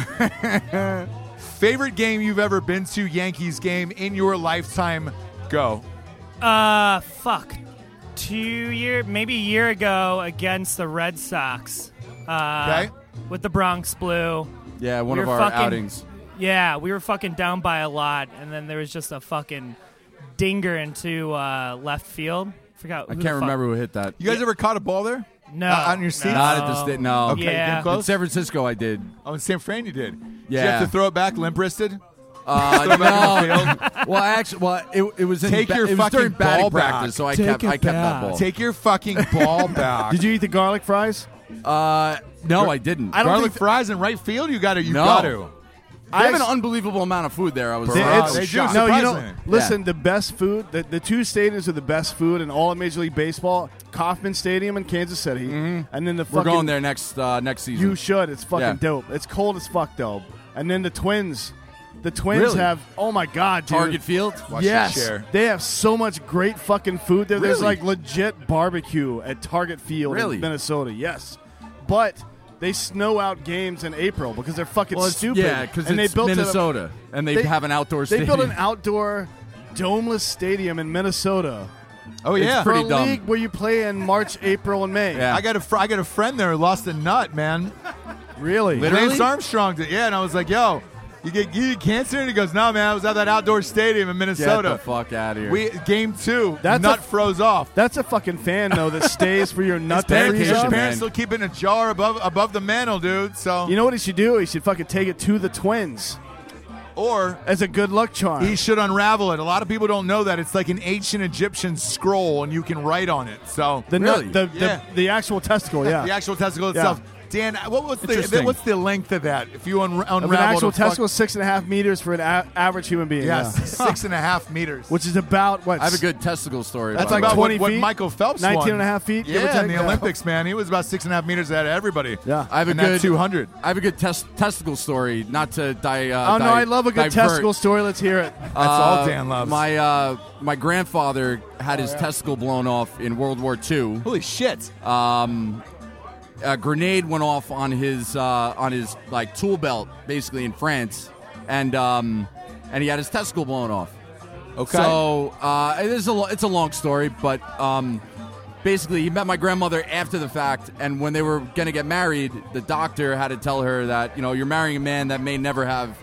Speaker 1: Favorite game you've ever been to? Yankees game in your lifetime? Go.
Speaker 6: it. Uh, fuck. Two year, maybe a year ago against the Red Sox. Uh,
Speaker 1: Okay.
Speaker 6: With the Bronx Blue.
Speaker 3: Yeah, one
Speaker 6: We're
Speaker 3: of our
Speaker 6: fucking-
Speaker 3: outings.
Speaker 6: Yeah, we were fucking down by a lot, and then there was just a fucking dinger into uh, left field. Forgot.
Speaker 3: I can't remember who hit that.
Speaker 1: You guys ever caught a ball there?
Speaker 6: No,
Speaker 1: Uh, on your seats?
Speaker 3: Not at the state. No.
Speaker 1: Okay,
Speaker 6: Yeah.
Speaker 1: damn close.
Speaker 3: In San Francisco, I did.
Speaker 1: oh, in San Fran, you did. Did you
Speaker 3: Yeah.
Speaker 1: have to throw it back limp wristed?
Speaker 3: Uh,
Speaker 1: Throw it back in the
Speaker 3: no. well, actually, well, it, it was in
Speaker 1: Take
Speaker 3: ba-
Speaker 1: your
Speaker 3: it was
Speaker 1: fucking
Speaker 3: during batting
Speaker 1: ball back.
Speaker 3: practice, so I
Speaker 1: Take
Speaker 3: kept
Speaker 1: it
Speaker 3: I kept that ball.
Speaker 1: Take your fucking ball back.
Speaker 5: Did you eat the garlic fries?
Speaker 3: uh, no, I didn't.
Speaker 5: I don't
Speaker 1: Garlic
Speaker 5: think th-
Speaker 1: fries in right field? You got to. You
Speaker 3: No.
Speaker 1: got to.
Speaker 3: I have
Speaker 5: I
Speaker 3: an
Speaker 5: s-
Speaker 3: unbelievable amount of food there. I Uh, was.
Speaker 1: Bro,
Speaker 3: surprised.
Speaker 5: it's,
Speaker 1: they do,
Speaker 5: no, you
Speaker 1: surprisingly.
Speaker 5: don't. Listen, the best food, the, the two stadiums with the best food in all of Major League Baseball, Kauffman Stadium in Kansas City, and then the
Speaker 3: Mm-hmm. We're
Speaker 5: fucking.
Speaker 3: going there next uh, next season.
Speaker 5: You should. It's fucking
Speaker 3: Yeah.
Speaker 5: dope. It's cold as fuck though. And then the Twins, the Twins
Speaker 3: Really?
Speaker 5: have. Oh my god, dude.
Speaker 3: Target Field.
Speaker 1: Watch your
Speaker 5: Yes,
Speaker 1: chair.
Speaker 5: they have so much great fucking food there. There's
Speaker 3: Really?
Speaker 5: like legit barbecue at Target Field
Speaker 3: Really?
Speaker 5: in Minnesota. Yes, but they snow out games in April because they're fucking
Speaker 3: Well, it's-
Speaker 5: stupid.
Speaker 3: Yeah, because
Speaker 5: and
Speaker 3: it's
Speaker 5: they built it up-
Speaker 3: Minnesota, and they, have an outdoor
Speaker 5: They
Speaker 3: stadium.
Speaker 5: built an outdoor domeless stadium in Minnesota
Speaker 1: Oh yeah.
Speaker 5: for a
Speaker 3: Pretty dumb.
Speaker 5: league where you play in March, April, and May.
Speaker 3: Yeah.
Speaker 1: I got a fr- I got a friend there who lost a nut, man.
Speaker 5: Really?
Speaker 1: Lance Armstrong did. Yeah, and I was like, "Yo, you get you get cancer?" And he goes, "No, man. I was at that outdoor stadium in
Speaker 3: Get
Speaker 1: Minnesota.
Speaker 3: the fuck out of here.
Speaker 1: We game two.
Speaker 5: That's
Speaker 1: nut
Speaker 5: a-
Speaker 1: froze off.
Speaker 5: That's a fucking fan though that stays for your nut to
Speaker 1: Parents,
Speaker 5: freeze
Speaker 3: dedication,
Speaker 1: his
Speaker 5: up.
Speaker 3: man.
Speaker 1: parents still keep it in a jar above above the mantle, dude. So
Speaker 5: You know what he should do? He should fucking take it to the Twins
Speaker 1: or
Speaker 5: as a good luck charm.
Speaker 1: he should unravel it. A lot of people don't know that it's like an ancient Egyptian scroll, and you can write on it. So
Speaker 5: the
Speaker 3: Really?
Speaker 5: nut, the,
Speaker 1: Yeah.
Speaker 5: the, the actual testicle, yeah.
Speaker 1: the actual testicle
Speaker 5: Yeah.
Speaker 1: itself. Dan, what was the
Speaker 3: Interesting.
Speaker 1: what's the length of that? If you unra- unravel
Speaker 5: of an actual
Speaker 1: the fuck-
Speaker 5: testicle, is six and a half meters for an a- average human being.
Speaker 1: yes,
Speaker 5: yeah.
Speaker 1: six and a half meters.
Speaker 5: Which is about what?
Speaker 3: I have a good testicle story.
Speaker 5: That's
Speaker 3: about
Speaker 5: like
Speaker 1: about
Speaker 3: that.
Speaker 1: what-
Speaker 5: 20
Speaker 1: what,
Speaker 5: feet?
Speaker 1: Michael Phelps
Speaker 5: 19
Speaker 1: won.
Speaker 5: and a half feet, give or
Speaker 1: Yeah, in
Speaker 5: take,
Speaker 1: the
Speaker 5: yeah.
Speaker 1: Olympics, man, he was about six and a half meters ahead of everybody.
Speaker 5: Yeah.
Speaker 3: I have a
Speaker 1: And that
Speaker 3: good
Speaker 1: 200.
Speaker 3: I have a good test, testicle story. Not to die. Uh,
Speaker 5: Oh no,
Speaker 3: di-
Speaker 5: I love a good
Speaker 3: divert.
Speaker 5: testicle story. Let's hear it.
Speaker 1: That's all
Speaker 3: Uh,
Speaker 1: Dan loves.
Speaker 3: My uh, my grandfather had his testicle blown off in World War II.
Speaker 1: Oh, Holy shit!
Speaker 3: A grenade went off on his uh, on his like tool belt, basically in France, and um, and he had his testicle blown off.
Speaker 1: Okay.
Speaker 3: So uh, it is a lo- it's a long story, but um, basically he met my grandmother after the fact, and when they were gonna get married, the doctor had to tell her that you know you're marrying a man that may never have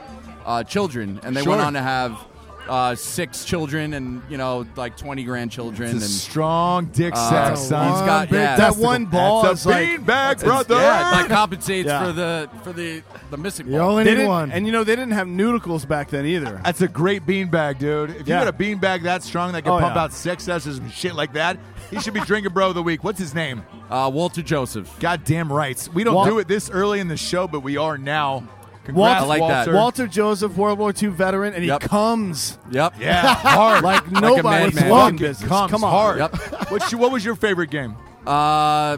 Speaker 3: uh, children, and they went
Speaker 1: Sure.
Speaker 3: on to have uh, six children and you know like twenty grandchildren,
Speaker 1: it's a
Speaker 3: and
Speaker 1: strong dick
Speaker 3: Uh,
Speaker 1: sack,
Speaker 3: he's
Speaker 1: son.
Speaker 3: got-
Speaker 1: Big
Speaker 3: yeah.
Speaker 5: that
Speaker 1: testicle.
Speaker 5: one ball
Speaker 1: That's
Speaker 5: is
Speaker 1: a
Speaker 5: like
Speaker 1: beanbag, brother.
Speaker 3: yeah, that compensates
Speaker 5: Yeah.
Speaker 3: for the for the the missing
Speaker 4: You
Speaker 3: ball.
Speaker 4: only
Speaker 5: They
Speaker 4: need
Speaker 5: didn't-
Speaker 4: one.
Speaker 5: and you know they didn't have noodles back then either.
Speaker 1: That's a great beanbag, dude. If
Speaker 5: Yeah.
Speaker 1: you got a beanbag that strong that can
Speaker 5: Oh,
Speaker 1: pump
Speaker 5: yeah.
Speaker 1: out sex sessions and shit like that, he should be drinking bro of the week. What's his name?
Speaker 3: Uh, Walter Joseph.
Speaker 1: Goddamn rights. We don't
Speaker 5: Wal-
Speaker 1: do it this early in the show, but we are now.
Speaker 5: Walter,
Speaker 1: Congrats,
Speaker 3: I like that.
Speaker 1: Walter.
Speaker 5: Walter Joseph, World War II veteran, and he
Speaker 3: Yep.
Speaker 5: comes
Speaker 3: Yep.
Speaker 1: Yeah, hard.
Speaker 5: like
Speaker 3: Like a
Speaker 5: nobody's
Speaker 3: madman.
Speaker 5: fucking
Speaker 3: Fucking
Speaker 5: business.
Speaker 1: comes
Speaker 5: Come on,
Speaker 1: hard.
Speaker 3: Yep.
Speaker 1: What's your, what was your favorite game?
Speaker 3: Uh,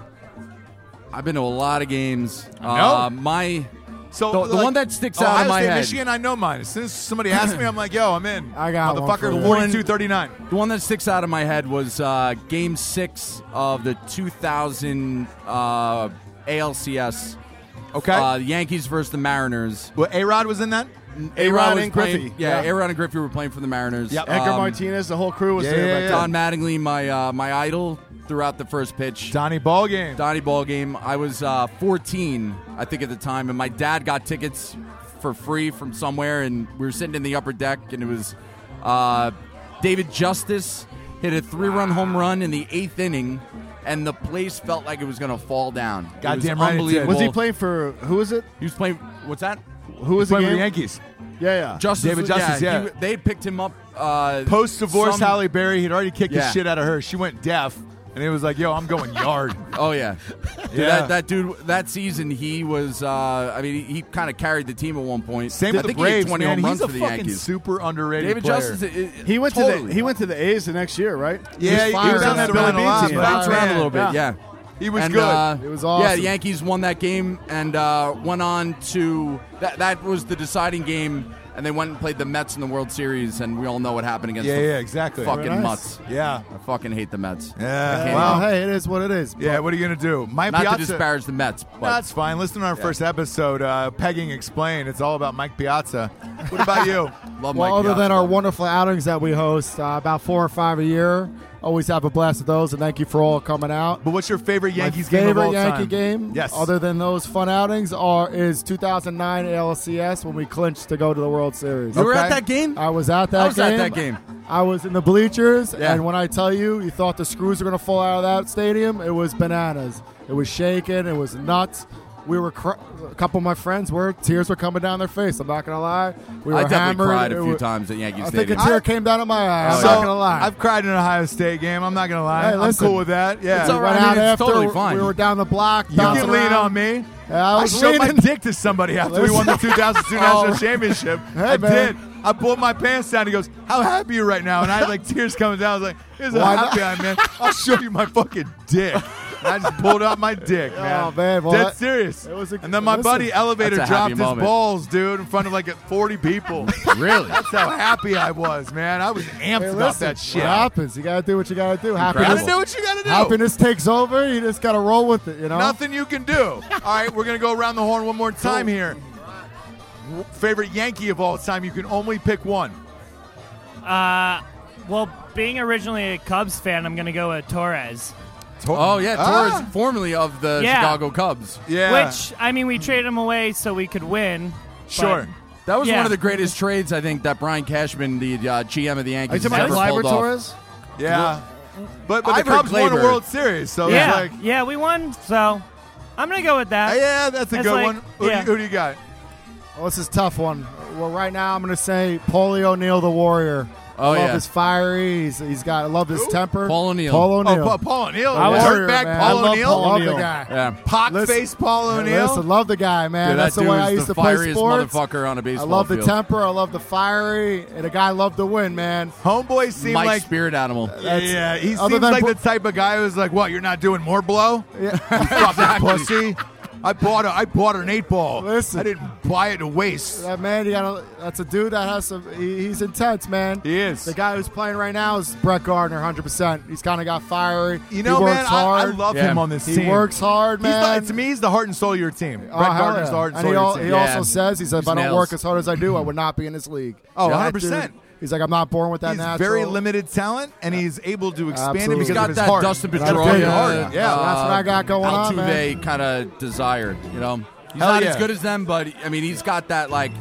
Speaker 3: I've been to a lot of games.
Speaker 1: know.
Speaker 3: Uh, my
Speaker 1: So
Speaker 3: The- the
Speaker 1: like,
Speaker 3: one that sticks out
Speaker 1: Ohio
Speaker 3: in my
Speaker 1: State,
Speaker 3: head.
Speaker 1: Michigan, I know mine. As soon as somebody asks me, I'm like, yo, I'm in.
Speaker 4: I got one for
Speaker 1: motherfucker.
Speaker 4: you.
Speaker 1: Forty-two thirty-nine.
Speaker 3: The one that sticks out of my head was uh, Game Six of the 2000 uh, ALCS.
Speaker 1: Okay.
Speaker 3: Uh, the Yankees versus the Mariners.
Speaker 1: well, A Rod was in that.
Speaker 5: A-Rod
Speaker 3: was
Speaker 5: and
Speaker 3: playing-
Speaker 5: Griffey.
Speaker 3: Yeah,
Speaker 5: Yeah.
Speaker 3: Aaron and Griffey were playing for the Mariners.
Speaker 1: Yep.
Speaker 5: Edgar
Speaker 3: Um,
Speaker 5: Martinez, the whole crew was
Speaker 1: yeah,
Speaker 5: there.
Speaker 1: yeah,
Speaker 5: back
Speaker 1: yeah.
Speaker 3: Don
Speaker 5: then.
Speaker 3: Mattingly, my uh, my idol, throughout the first pitch.
Speaker 1: Donnie Ballgame.
Speaker 3: Donnie ball game. I was uh, 14, I think, at the time, and my dad got tickets for free from somewhere, and we were sitting in the upper deck, and it was uh, David Justice hit a three-run home run in the eighth inning, and the place felt like it was going to fall down. It was
Speaker 1: Goddamn right it did.
Speaker 3: unbelievable.
Speaker 5: Was he playing for who is it?
Speaker 3: He was playing. What's that?
Speaker 5: Who was
Speaker 1: playing
Speaker 5: the
Speaker 1: with the
Speaker 5: game?
Speaker 1: Yankees.
Speaker 5: yeah, yeah.
Speaker 3: Justice.
Speaker 1: David
Speaker 3: was-
Speaker 1: Justice, yeah.
Speaker 3: he- they had picked him up. Uh,
Speaker 1: Post divorce,
Speaker 3: some-
Speaker 1: Halle Berry had already kicked the
Speaker 3: Yeah.
Speaker 1: shit out of her. She went deaf, and it was like, yo, I'm going yard.
Speaker 3: Oh yeah, Dude,
Speaker 1: Yeah.
Speaker 3: That, that dude. That season, he was. Uh, I mean, he, he kind of carried the team at one point.
Speaker 1: Same
Speaker 3: I
Speaker 1: with the
Speaker 3: think he hit
Speaker 1: Braves,
Speaker 3: 20
Speaker 1: man.
Speaker 3: home
Speaker 1: He's
Speaker 3: runs
Speaker 1: a
Speaker 3: for the
Speaker 1: fucking
Speaker 3: Yankees.
Speaker 1: super underrated
Speaker 3: David
Speaker 1: player.
Speaker 3: Justice. It, it-
Speaker 5: He went to
Speaker 3: totally.
Speaker 5: the he went to the A's the next year, right?
Speaker 1: Yeah, he, was
Speaker 4: He was fired
Speaker 1: on that
Speaker 4: up.
Speaker 1: Billy B
Speaker 4: Bounced around a
Speaker 1: team.
Speaker 4: lot,
Speaker 3: bounced around a little bit.
Speaker 5: Yeah.
Speaker 3: Yeah,
Speaker 1: He was
Speaker 3: And,
Speaker 1: good.
Speaker 3: uh,
Speaker 4: It was
Speaker 3: Yeah,
Speaker 4: awesome.
Speaker 3: the Yankees won that game and uh, went on to that. That was the deciding game, and they went and played the Mets in the World Series, and we all know what happened against
Speaker 1: yeah,
Speaker 3: the
Speaker 1: yeah, exactly.
Speaker 3: fucking
Speaker 4: nice.
Speaker 3: Mets.
Speaker 1: Yeah.
Speaker 3: I fucking hate the Mets. I
Speaker 1: Yeah.
Speaker 3: can't
Speaker 1: Wow.
Speaker 4: Well, Oh, hey, it is what it is.
Speaker 1: Yeah, what are you going to do? Mike
Speaker 3: Not
Speaker 1: Piazza.
Speaker 3: to disparage the Mets, but
Speaker 1: That's fine. Listen to our first episode, uh, Pegging Explained. It's all about Mike Piazza. What about you?
Speaker 3: love
Speaker 4: Well,
Speaker 3: Mike
Speaker 4: other than
Speaker 3: Piazza.
Speaker 4: our wonderful outings that we host, uh, about four or five a year, always have a blast with those. And thank you for all coming out.
Speaker 1: But what's your favorite Yankees
Speaker 4: My
Speaker 1: game of
Speaker 4: favorite
Speaker 1: all
Speaker 4: Yankee
Speaker 1: time?
Speaker 4: game,
Speaker 1: Yes.
Speaker 4: Other than those fun outings, are is 2009 ALCS when we clinched to go to the World Series.
Speaker 3: you were
Speaker 1: okay.
Speaker 3: at that game.
Speaker 4: I was at that
Speaker 3: I was
Speaker 4: game.
Speaker 3: at that game.
Speaker 4: I was in the bleachers,
Speaker 3: Yeah.
Speaker 4: and when I tell you, you thought the screws were going to fall out of that stadium. It was bananas. It was shaking. It was nuts. We were cr- a couple of my friends were tears were coming down their face. I'm not going to lie. We were
Speaker 3: I definitely
Speaker 4: hammered.
Speaker 3: cried
Speaker 4: It
Speaker 3: a few
Speaker 4: wa-
Speaker 3: times at Yankee
Speaker 4: I think a
Speaker 3: Stadium.
Speaker 4: tear came down in my eye. I'm
Speaker 3: Oh,
Speaker 1: So,
Speaker 4: not going to lie.
Speaker 1: I've cried in an Ohio State game. I'm not going to lie.
Speaker 4: Hey,
Speaker 1: I'm
Speaker 4: listen.
Speaker 1: cool with that. Yeah.
Speaker 3: It's all
Speaker 4: We
Speaker 3: right.
Speaker 4: went
Speaker 3: I mean,
Speaker 4: out
Speaker 3: it's
Speaker 4: after.
Speaker 3: totally fine.
Speaker 4: We were down the block.
Speaker 1: You can lean on me.
Speaker 4: I
Speaker 1: I,
Speaker 4: was
Speaker 1: showed my
Speaker 4: leaning.
Speaker 1: dick to somebody after we won the 2002 national championship. I
Speaker 4: Oh, man.
Speaker 1: did. I pulled my pants down. He goes, "How happy are you right now?" And I had like tears coming down. I was like, "Here's a
Speaker 4: Why
Speaker 1: happy eye, man. I'll show you my fucking dick." And I just pulled out my dick, man.
Speaker 4: Oh, man, well,
Speaker 1: dead
Speaker 4: that-
Speaker 1: serious.
Speaker 4: it was a-
Speaker 1: and then my
Speaker 4: listen.
Speaker 1: buddy elevator
Speaker 3: That's a happy
Speaker 1: dropped his
Speaker 3: moment.
Speaker 1: balls, dude, in front of like 40 people.
Speaker 3: Really?
Speaker 1: That's how happy I was, man. I was amped
Speaker 4: Hey,
Speaker 1: about
Speaker 4: listen,
Speaker 1: that shit.
Speaker 4: It happens. You gotta do what you gotta do.
Speaker 1: You
Speaker 4: Happiness,
Speaker 1: gotta do what you gotta do.
Speaker 4: happiness takes over. You just gotta roll with it. You know.
Speaker 1: Nothing you can do. All right, we're gonna go around the horn one more time here. W- Favorite Yankee of all time? You can only pick one.
Speaker 6: Uh, well, being originally a Cubs fan, I'm going to go with Torres.
Speaker 3: Oh yeah,
Speaker 1: Ah.
Speaker 3: Torres, formerly of the
Speaker 6: Yeah.
Speaker 3: Chicago Cubs.
Speaker 1: Yeah.
Speaker 6: Which, I mean, we traded him away so we could win. but-
Speaker 1: Sure.
Speaker 3: That was
Speaker 6: Yeah.
Speaker 3: one of the greatest trades I think that Brian Cashman, the uh, GM of the
Speaker 5: Are you
Speaker 3: Yankees,
Speaker 5: talking about
Speaker 3: ever pulled
Speaker 5: Gleyber
Speaker 3: off.
Speaker 5: Torres?
Speaker 1: Yeah. But but the
Speaker 3: Ivor
Speaker 1: Cubs won a
Speaker 3: Glaber.
Speaker 1: World Series, so
Speaker 6: Yeah,
Speaker 1: it's like, uh,
Speaker 6: yeah, we won. So I'm going to go with that.
Speaker 1: yeah, that's a
Speaker 6: It's
Speaker 1: good
Speaker 6: like-
Speaker 1: one. Who, do
Speaker 6: yeah.
Speaker 1: you, who do you got?
Speaker 4: Well, Oh, this is a tough one. Well, right now I'm gonna say Paulie O'Neill, the Warrior.
Speaker 3: Oh,
Speaker 4: love
Speaker 3: yeah.
Speaker 4: his fiery. He's, he's got. I love his temper.
Speaker 3: Paul O'Neill.
Speaker 4: Paul
Speaker 1: Oh,
Speaker 4: O'Neill.
Speaker 1: Pa- Paul O'Neill.
Speaker 4: I was
Speaker 1: Dirtbag
Speaker 4: hurt, man. I
Speaker 1: Paul
Speaker 4: love
Speaker 1: O'Neill.
Speaker 4: Paul Love the
Speaker 5: O'Neill.
Speaker 4: guy.
Speaker 3: Yeah.
Speaker 1: Pock
Speaker 4: Listen-
Speaker 1: face Paul
Speaker 4: Hey,
Speaker 1: O'Neill.
Speaker 4: Listen, love the guy, man.
Speaker 3: Dude,
Speaker 4: That's
Speaker 3: that
Speaker 4: the
Speaker 3: dude
Speaker 4: way
Speaker 3: was
Speaker 4: I used
Speaker 3: the
Speaker 4: to play
Speaker 3: fieriest
Speaker 4: sports.
Speaker 3: motherfucker on a
Speaker 4: I
Speaker 3: baseball
Speaker 4: love the
Speaker 3: field.
Speaker 4: temper. I love the fiery, and the guy loved to win, man.
Speaker 1: Homeboy seemed
Speaker 3: Mike
Speaker 1: like.
Speaker 3: Spirit Animal.
Speaker 1: Yeah, yeah, he
Speaker 4: Other
Speaker 1: seems
Speaker 4: than
Speaker 1: like
Speaker 4: Bro-
Speaker 1: the type of guy who's like, "What? You're not doing more blow? Yeah. pussy." I bought a, I bought an eight ball.
Speaker 4: Listen.
Speaker 1: I didn't buy it to waste.
Speaker 4: That man, you gotta, that's a dude that has some. He, he's intense, man.
Speaker 1: He is.
Speaker 4: The guy who's playing right now is Brett Gardner, hundred percent. He's kind of got fiery.
Speaker 1: You know,
Speaker 4: he works
Speaker 1: man, I- I,
Speaker 4: hard.
Speaker 1: love
Speaker 3: Yeah.
Speaker 1: him on this
Speaker 4: He
Speaker 1: team.
Speaker 4: works hard,
Speaker 1: He's the,
Speaker 4: man.
Speaker 1: to me, he's the heart and soul of your team.
Speaker 4: Oh,
Speaker 1: Brett
Speaker 4: hell
Speaker 1: Gardner's
Speaker 4: yeah.
Speaker 1: the heart and
Speaker 4: And
Speaker 1: soul
Speaker 4: he, al-
Speaker 1: of
Speaker 4: he
Speaker 1: your team.
Speaker 3: Yeah.
Speaker 4: also says, he said, if I don't
Speaker 3: nails.
Speaker 4: work as hard as I do, I would not be in this league.
Speaker 1: Oh,
Speaker 4: That
Speaker 1: 100%.
Speaker 4: dude- He's like, I'm not born with that
Speaker 1: He's
Speaker 4: natural.
Speaker 1: very limited talent, and he's able to expand it
Speaker 4: Absolutely.
Speaker 1: because
Speaker 3: He's got
Speaker 1: of his
Speaker 3: that
Speaker 1: heart.
Speaker 3: Dustin
Speaker 1: He's got a
Speaker 3: Pedroia,
Speaker 1: big heart. Yeah,
Speaker 3: uh,
Speaker 4: that's what I got going on,
Speaker 3: Altuve kind of desire. You know, he's
Speaker 1: Hell
Speaker 3: not
Speaker 1: yeah.
Speaker 3: as good as them, but I mean, he's got that like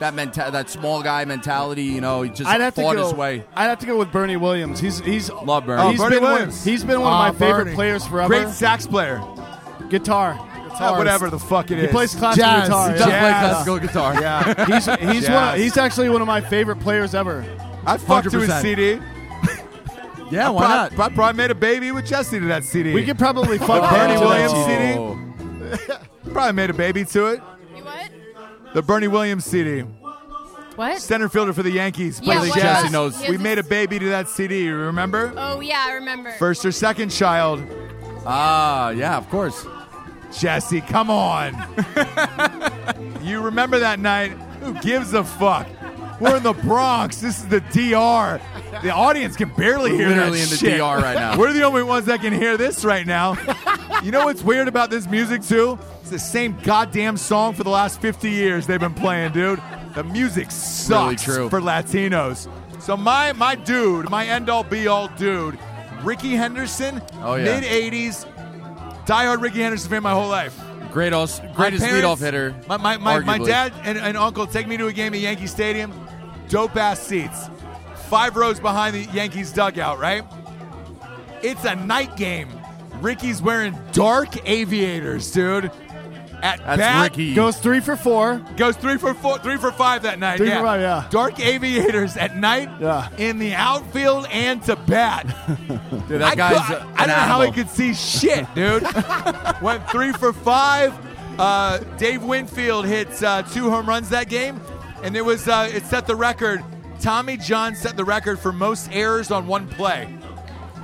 Speaker 3: that menta- that small guy mentality. You know, he just
Speaker 5: I'd have to
Speaker 3: fought
Speaker 5: go.
Speaker 3: his way.
Speaker 5: I'd have to go with Bernie Williams. He's he's
Speaker 3: Love Bernie. Oh,
Speaker 5: he's
Speaker 1: Bernie
Speaker 5: been
Speaker 1: Williams.
Speaker 5: One, he's been one of my
Speaker 4: Ah,
Speaker 5: favorite
Speaker 4: Bernie.
Speaker 5: players forever.
Speaker 1: great sax player.
Speaker 5: guitar.
Speaker 1: Ah, whatever the fuck it is.
Speaker 5: He plays classical
Speaker 4: Jazz.
Speaker 5: guitar.
Speaker 3: He
Speaker 5: yeah.
Speaker 3: does play
Speaker 1: Jazz.
Speaker 3: classical guitar.
Speaker 1: Yeah,
Speaker 5: He's he's one
Speaker 1: Jazz.
Speaker 5: of, he's actually one of my favorite players ever.
Speaker 1: I fucked to his
Speaker 3: 100%.
Speaker 1: CD.
Speaker 3: yeah. Why
Speaker 1: I,
Speaker 3: not?
Speaker 1: I probably made a baby with Jesse to that CD.
Speaker 5: We could probably fuck
Speaker 1: Bernie
Speaker 5: Bernie
Speaker 1: Williams
Speaker 5: Williams.
Speaker 3: Oh.
Speaker 1: CD? probably made a baby to it.
Speaker 7: You what?
Speaker 1: The Bernie Williams CD.
Speaker 7: What?
Speaker 1: Center fielder for the Yankees.
Speaker 7: Yeah,
Speaker 1: plays
Speaker 7: why
Speaker 1: jazz.
Speaker 3: not? Jesse knows.
Speaker 7: He has
Speaker 1: We
Speaker 7: his-
Speaker 1: made a baby to that CD. Remember?
Speaker 7: Oh yeah, I Oh, remember.
Speaker 1: First or second child.
Speaker 3: Ah, yeah. Of course.
Speaker 1: Jesse, come on. you remember that night? Who gives a fuck? We're in the Bronx. This is the DR. The audience can barely hear
Speaker 3: Literally
Speaker 1: that
Speaker 3: in the
Speaker 1: shit.
Speaker 3: DR right now.
Speaker 1: We're the only ones that can hear this right now. you know what's weird about this music too? It's the same goddamn song for the last 50 years they've been playing, dude. The music sucks
Speaker 3: true.
Speaker 1: for Latinos. So my my dude, my end all be all dude, Ricky Henderson,
Speaker 3: Oh, yeah.
Speaker 1: mid 80s, diehard Ricky Henderson fan my whole life.
Speaker 3: Great, os-
Speaker 1: My
Speaker 3: greatest
Speaker 1: parents-
Speaker 3: leadoff hitter.
Speaker 1: My, my, my, my
Speaker 3: arguably.
Speaker 1: dad and, and uncle take me to a game at Yankee Stadium. Dope ass seats. Five rows behind the Yankees dugout, right? It's a night game. Ricky's wearing dark aviators, dude. At
Speaker 3: That's
Speaker 1: bat,
Speaker 3: Ricky.
Speaker 5: Goes three for four.
Speaker 1: goes three for four, three for five that night.
Speaker 5: Three for
Speaker 1: yeah.
Speaker 5: five, yeah.
Speaker 1: Dark aviators at night,
Speaker 5: Yeah.
Speaker 1: in the outfield and to bat.
Speaker 3: Dude, that guy's.
Speaker 1: I, cou-
Speaker 3: an
Speaker 1: I don't know how he
Speaker 3: animal.
Speaker 1: could see shit, dude. Went three for five. Uh, Dave Winfield hits uh, two home runs that game, and it was uh, it set the record. Tommy John set the record for most errors on one play.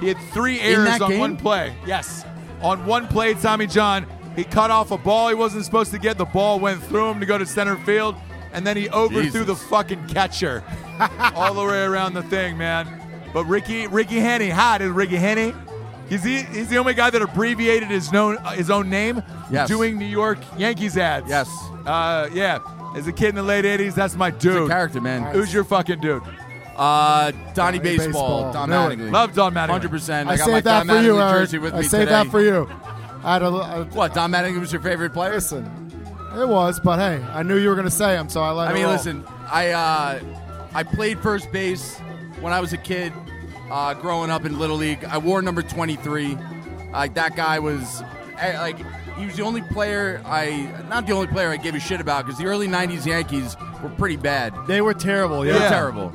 Speaker 1: He had three errors
Speaker 3: that
Speaker 1: on
Speaker 3: game?
Speaker 1: one play. Yes, on one play, Tommy John. He cut off a ball he wasn't supposed to get. The ball went through him to go to center field, and then he overthrew
Speaker 3: Jesus.
Speaker 1: the fucking catcher all the way around the thing, man. But Ricky, Ricky Henny, hi, dude, Ricky Henny. He's the, he's the only guy that abbreviated his known uh, his own name
Speaker 3: Yes.
Speaker 1: doing New York Yankees ads.
Speaker 3: Yes.
Speaker 1: Uh, yeah. As a kid in the late '80s, that's my dude.
Speaker 3: character, man.
Speaker 1: Who's your fucking dude?
Speaker 3: Uh, Donnie
Speaker 4: Baseball.
Speaker 3: Baseball, Don
Speaker 4: Knew it.
Speaker 3: Mattingly.
Speaker 1: Love Don Mattingly.
Speaker 3: Hundred percent.
Speaker 4: I
Speaker 3: got my
Speaker 4: saved that
Speaker 3: Don
Speaker 4: for
Speaker 3: Mattingly
Speaker 4: you, Eric.
Speaker 3: jersey with
Speaker 4: I
Speaker 3: me
Speaker 4: saved
Speaker 3: today.
Speaker 4: that for you. I had a, a,
Speaker 3: What? Don Mattingly was your favorite player?
Speaker 4: listen. It was, but hey, I knew you were going to say him, so I let
Speaker 3: I
Speaker 4: it
Speaker 3: mean,
Speaker 4: roll.
Speaker 3: listen, I uh, I played first base when I was a kid, uh, growing up in Little League. I wore number 23. Like that guy was, I, like he was the only player I, not the only player I gave a shit about because the early 90s Yankees were pretty bad.
Speaker 5: They were terrible.
Speaker 3: They
Speaker 5: Yeah.
Speaker 3: were terrible.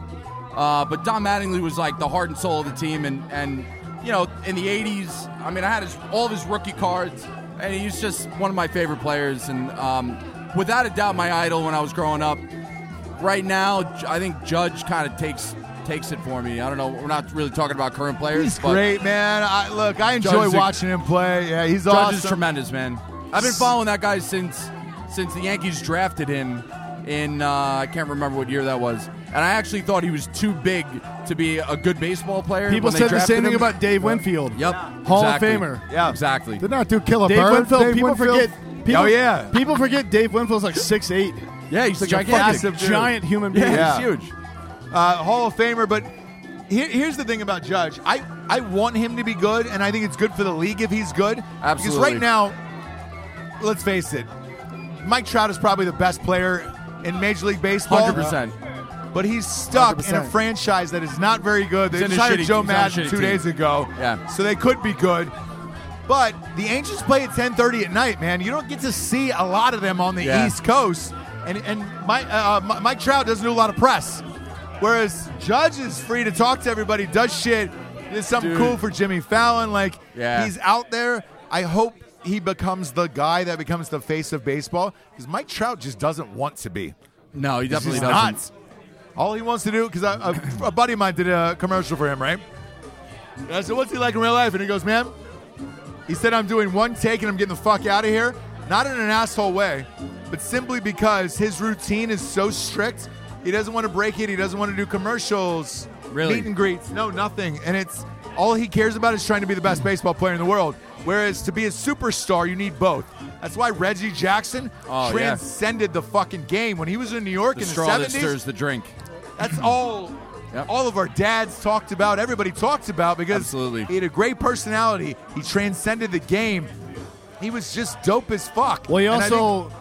Speaker 3: Uh, but Don Mattingly was like the heart and soul of the team, and and you know in the '80s, I mean, I had his, all of his rookie cards, and he's just one of my favorite players, and um, without a doubt, my idol when I was growing up. Right now, J- I think Judge kind of takes takes it for me. I don't know. We're not really talking about current players.
Speaker 1: He's
Speaker 3: but
Speaker 1: great, man. I, look, I enjoy
Speaker 3: Judge's a-
Speaker 1: watching him play. Yeah, he's
Speaker 3: Judge
Speaker 1: awesome.
Speaker 3: is tremendous, man. I've been following that guy since since the Yankees drafted him in uh, I can't remember what year that was, and I actually thought he was too big to be a good baseball player.
Speaker 5: People
Speaker 3: when they
Speaker 5: said the same
Speaker 3: drafted
Speaker 5: thing
Speaker 3: him.
Speaker 5: about Dave Winfield.
Speaker 3: Yep,
Speaker 5: Hall
Speaker 3: exactly.
Speaker 5: of Famer.
Speaker 1: Yeah.
Speaker 3: exactly.
Speaker 4: Did not do kill a
Speaker 5: Dave
Speaker 4: bird.
Speaker 5: Winfield.
Speaker 4: Dave
Speaker 5: people
Speaker 4: Winfield?
Speaker 5: forget. People,
Speaker 1: Oh, yeah.
Speaker 5: People forget Dave Winfield's like six eight.
Speaker 3: Yeah, he's
Speaker 5: like
Speaker 3: gigantic.
Speaker 5: a fucking
Speaker 1: Massive dude.
Speaker 5: giant human being.
Speaker 1: Yeah.
Speaker 3: Yeah, he's huge.
Speaker 1: uh, Hall of Famer. But here, here's the thing about Judge. I, I want him to be good, and I think it's good for the league if he's good. Because
Speaker 3: Absolutely.
Speaker 1: right now, let's face it, Mike Trout is probably the best player in Major League Baseball.
Speaker 3: Hundred
Speaker 5: uh,
Speaker 3: percent.
Speaker 1: But he's stuck in a
Speaker 4: 100%.
Speaker 1: franchise that is not very good. They
Speaker 3: He's in
Speaker 1: just
Speaker 3: a
Speaker 1: hired
Speaker 3: shitty-
Speaker 1: Joe
Speaker 3: he's on a
Speaker 1: Madden
Speaker 3: shitty
Speaker 1: two
Speaker 3: team.
Speaker 1: days ago.
Speaker 3: Yeah.
Speaker 1: So they could be good. But the Angels play at 10:30 at night, man. You don't get to see a lot of them on the
Speaker 3: Yeah.
Speaker 1: East Coast, and and my, uh, Mi- Mike Trout doesn't do a lot of press, whereas Judge is free to talk to everybody, does shit, does something
Speaker 3: Dude.
Speaker 1: cool for Jimmy Fallon. Like
Speaker 3: Yeah.
Speaker 1: he's out there. I hope he becomes the guy that becomes the face of baseball because Mike Trout just doesn't want to be.
Speaker 3: No, he
Speaker 1: He's
Speaker 3: definitely
Speaker 1: just
Speaker 3: doesn't.
Speaker 1: nuts. All he wants to do, because a, a buddy of mine did a commercial for him, right? And I said, "What's he like in real life?" And he goes, "Man, he said I'm doing one take and I'm getting the fuck out of here, not in an asshole way, but simply because his routine is so strict. He doesn't want to break it. He doesn't want to do commercials,
Speaker 3: Really?
Speaker 1: meet and greets, no nothing. And it's all he cares about is trying to be the best baseball player in the world. Whereas to be a superstar, you need both. That's why Reggie Jackson
Speaker 3: Oh, yeah.
Speaker 1: transcended the fucking game when he was in New York
Speaker 3: The
Speaker 1: in the
Speaker 3: straw that
Speaker 1: 70s.
Speaker 3: stirs the drink.
Speaker 1: That's all.
Speaker 3: Yep.
Speaker 1: All of our dads talked about. Everybody talked about because
Speaker 3: Absolutely.
Speaker 1: he had a great personality. He transcended the game. He was just dope as fuck.
Speaker 5: Well, he
Speaker 1: And I
Speaker 5: also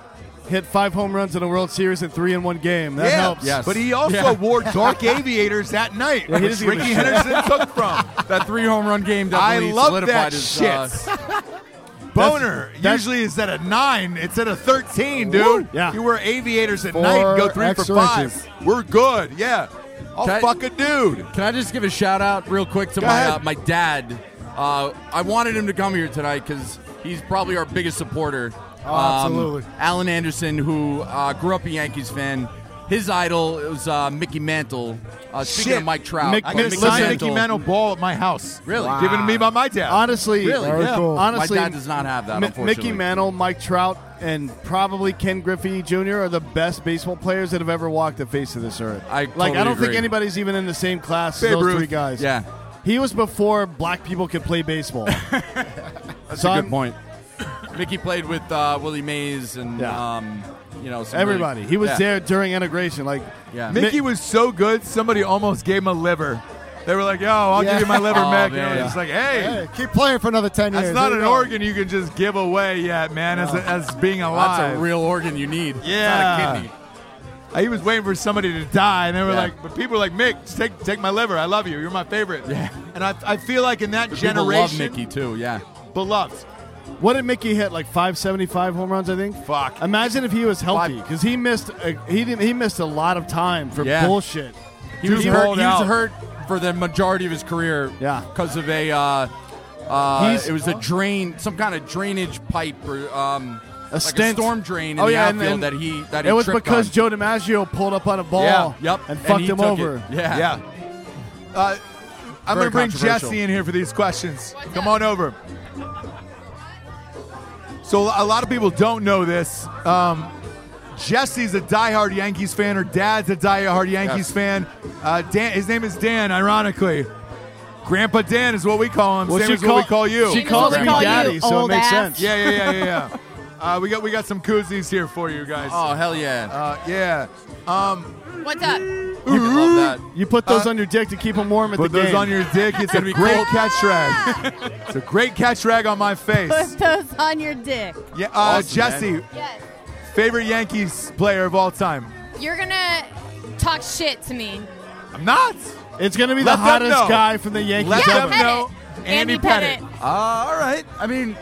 Speaker 5: hit five home runs in a World Series in three in one game. That
Speaker 1: think- yeah,
Speaker 5: helps.
Speaker 3: Yes.
Speaker 1: But he also
Speaker 3: Yeah.
Speaker 1: wore dark aviators that night,
Speaker 5: he
Speaker 1: which
Speaker 5: doesn't give a
Speaker 1: Ricky
Speaker 5: shit.
Speaker 1: Henderson took from.
Speaker 3: That three home run game
Speaker 1: I
Speaker 3: definitely
Speaker 1: love
Speaker 3: solidified
Speaker 1: that
Speaker 3: his
Speaker 1: shit.
Speaker 3: uh,
Speaker 1: Boner
Speaker 5: that's-
Speaker 1: usually is at a nine. It's at a thirteen, dude.
Speaker 5: Yeah.
Speaker 1: You wear aviators at night and go
Speaker 4: Four
Speaker 1: three for
Speaker 4: extra
Speaker 1: five.
Speaker 4: inches.
Speaker 1: We're good. Yeah. I'll
Speaker 3: Can I-
Speaker 1: fuck a dude.
Speaker 3: Can I just give a shout out real quick to
Speaker 1: Go
Speaker 3: my
Speaker 1: ahead.
Speaker 3: uh, my dad? Uh, I wanted him to come here tonight because he's probably our biggest supporter. Um,
Speaker 4: absolutely.
Speaker 3: Alan Anderson, who uh, grew up a Yankees fan, His idol was uh, Mickey Mantle. Uh, speaking
Speaker 1: Shit.
Speaker 3: of Mike Trout,
Speaker 5: Mick-
Speaker 1: I'm
Speaker 3: I
Speaker 1: gonna
Speaker 3: got
Speaker 1: sign Mickey Mantle ball at my house.
Speaker 3: Really? Wow.
Speaker 1: Given to me by my dad.
Speaker 5: Honestly,
Speaker 3: Really?
Speaker 5: very
Speaker 1: Yeah.
Speaker 5: cool.
Speaker 1: My
Speaker 5: Honestly,
Speaker 3: My dad does not have that.
Speaker 5: Mi-
Speaker 3: unfortunately,
Speaker 5: Mickey Mantle, Mike Trout, and probably Ken Griffey Jr. are the best baseball players that have ever walked the face of this earth.
Speaker 3: I
Speaker 5: like.
Speaker 3: totally
Speaker 5: I don't think
Speaker 3: agree.
Speaker 5: anybody's even in the same class as
Speaker 1: Babe
Speaker 5: those
Speaker 1: Ruth.
Speaker 5: three guys.
Speaker 3: Yeah,
Speaker 5: he was before black people could play baseball. That's
Speaker 3: that's a good point. Mickey played with uh, Willie Mays and
Speaker 5: Yeah.
Speaker 3: um, you know some really-
Speaker 5: Everybody, he was
Speaker 3: Yeah.
Speaker 5: there during integration. Like,
Speaker 3: Yeah.
Speaker 1: Mickey was so good, somebody almost gave him a liver. They were like, yo, I'll
Speaker 4: Yeah.
Speaker 1: give you my liver,
Speaker 3: Aw,
Speaker 1: Mick.
Speaker 3: Oh,
Speaker 1: And
Speaker 3: man.
Speaker 1: I was just like, hey,
Speaker 4: Hey, keep playing for another ten years.
Speaker 1: that's not
Speaker 4: There
Speaker 1: an
Speaker 4: you go.
Speaker 1: organ you can just give away yet, man, as, as being alive.
Speaker 3: That's a real organ you need. It's not a
Speaker 1: Yeah.
Speaker 3: kidney.
Speaker 1: He was waiting for somebody to die, and they were
Speaker 3: Yeah.
Speaker 1: like, but people were like, Mick, just take take my liver. I love you. You're my favorite. Yeah. And I, I feel like in that
Speaker 3: But people love
Speaker 1: generation,
Speaker 3: Mickey too. Yeah,
Speaker 1: beloved.
Speaker 5: what did Mickey hit? Like five seventy five home runs, I think.
Speaker 1: Fuck.
Speaker 5: Imagine if he was healthy, because he missed a, he didn't he missed a lot of time for
Speaker 3: Yeah.
Speaker 5: bullshit.
Speaker 3: he
Speaker 1: Dude
Speaker 3: was
Speaker 1: balled
Speaker 3: hurt. He was
Speaker 1: out.
Speaker 3: hurt for the majority of his career.
Speaker 5: Yeah.
Speaker 3: because of a. Uh, uh,
Speaker 5: He's-
Speaker 3: it was a drain, some kind kind of drainage pipe or um,
Speaker 5: A
Speaker 3: like
Speaker 5: stent.
Speaker 3: a storm drain in
Speaker 5: Oh,
Speaker 3: the
Speaker 5: yeah, and-
Speaker 3: outfield
Speaker 5: and
Speaker 3: that he that he
Speaker 5: It was
Speaker 3: tripped
Speaker 5: because
Speaker 3: on.
Speaker 5: Joe DiMaggio pulled up on a ball,
Speaker 1: Yeah,
Speaker 3: Yep,
Speaker 5: and fucked
Speaker 3: he
Speaker 5: him
Speaker 3: took
Speaker 5: over.
Speaker 3: it. Yeah,
Speaker 1: Yeah. Uh, I'm
Speaker 3: Very
Speaker 1: going to bring
Speaker 3: controversial.
Speaker 1: Jesse in here for these questions. Come on over. So a lot of people don't know this. Um, Jesse's a diehard Yankees fan. Her dad's a diehard Yankees
Speaker 3: Yes.
Speaker 1: fan. Uh, Dan, his name is Dan, ironically. Grandpa Dan is what we call him.
Speaker 5: Well,
Speaker 1: Same
Speaker 5: she
Speaker 1: as what we
Speaker 5: call-
Speaker 1: call you.
Speaker 5: She
Speaker 8: That's
Speaker 5: calls
Speaker 8: what
Speaker 5: me
Speaker 8: we call you,
Speaker 5: daddy, so it
Speaker 8: old
Speaker 5: makes
Speaker 8: ass.
Speaker 5: sense.
Speaker 1: yeah, yeah, yeah, yeah, yeah. Uh, we got we got some koozies here for you guys.
Speaker 3: Oh hell yeah!
Speaker 1: Uh, yeah.
Speaker 7: What's up?
Speaker 3: I love that.
Speaker 5: You put those
Speaker 1: Uh,
Speaker 5: on your dick to keep them warm at
Speaker 1: Put
Speaker 5: the
Speaker 1: those
Speaker 5: game.
Speaker 1: on your dick. It's a
Speaker 3: be
Speaker 1: great
Speaker 3: cold.
Speaker 1: catch rag. It's a great catch rag on my face.
Speaker 7: Put those Oh, on your dick.
Speaker 1: Yeah, uh,
Speaker 3: Awesome,
Speaker 1: Jesse,
Speaker 7: Yes.
Speaker 1: favorite Yankees player of all time.
Speaker 7: You're gonna talk shit to me.
Speaker 1: I'm not.
Speaker 5: it's going to be
Speaker 1: Let
Speaker 5: the
Speaker 1: them
Speaker 5: hottest
Speaker 1: know.
Speaker 5: guy from the Yankees
Speaker 1: Let
Speaker 7: Yeah,
Speaker 1: them
Speaker 5: ever.
Speaker 7: Pettit.
Speaker 1: know. Andy,
Speaker 7: Andy
Speaker 1: Pettit.
Speaker 7: Pettit.
Speaker 3: Uh, all right. I mean,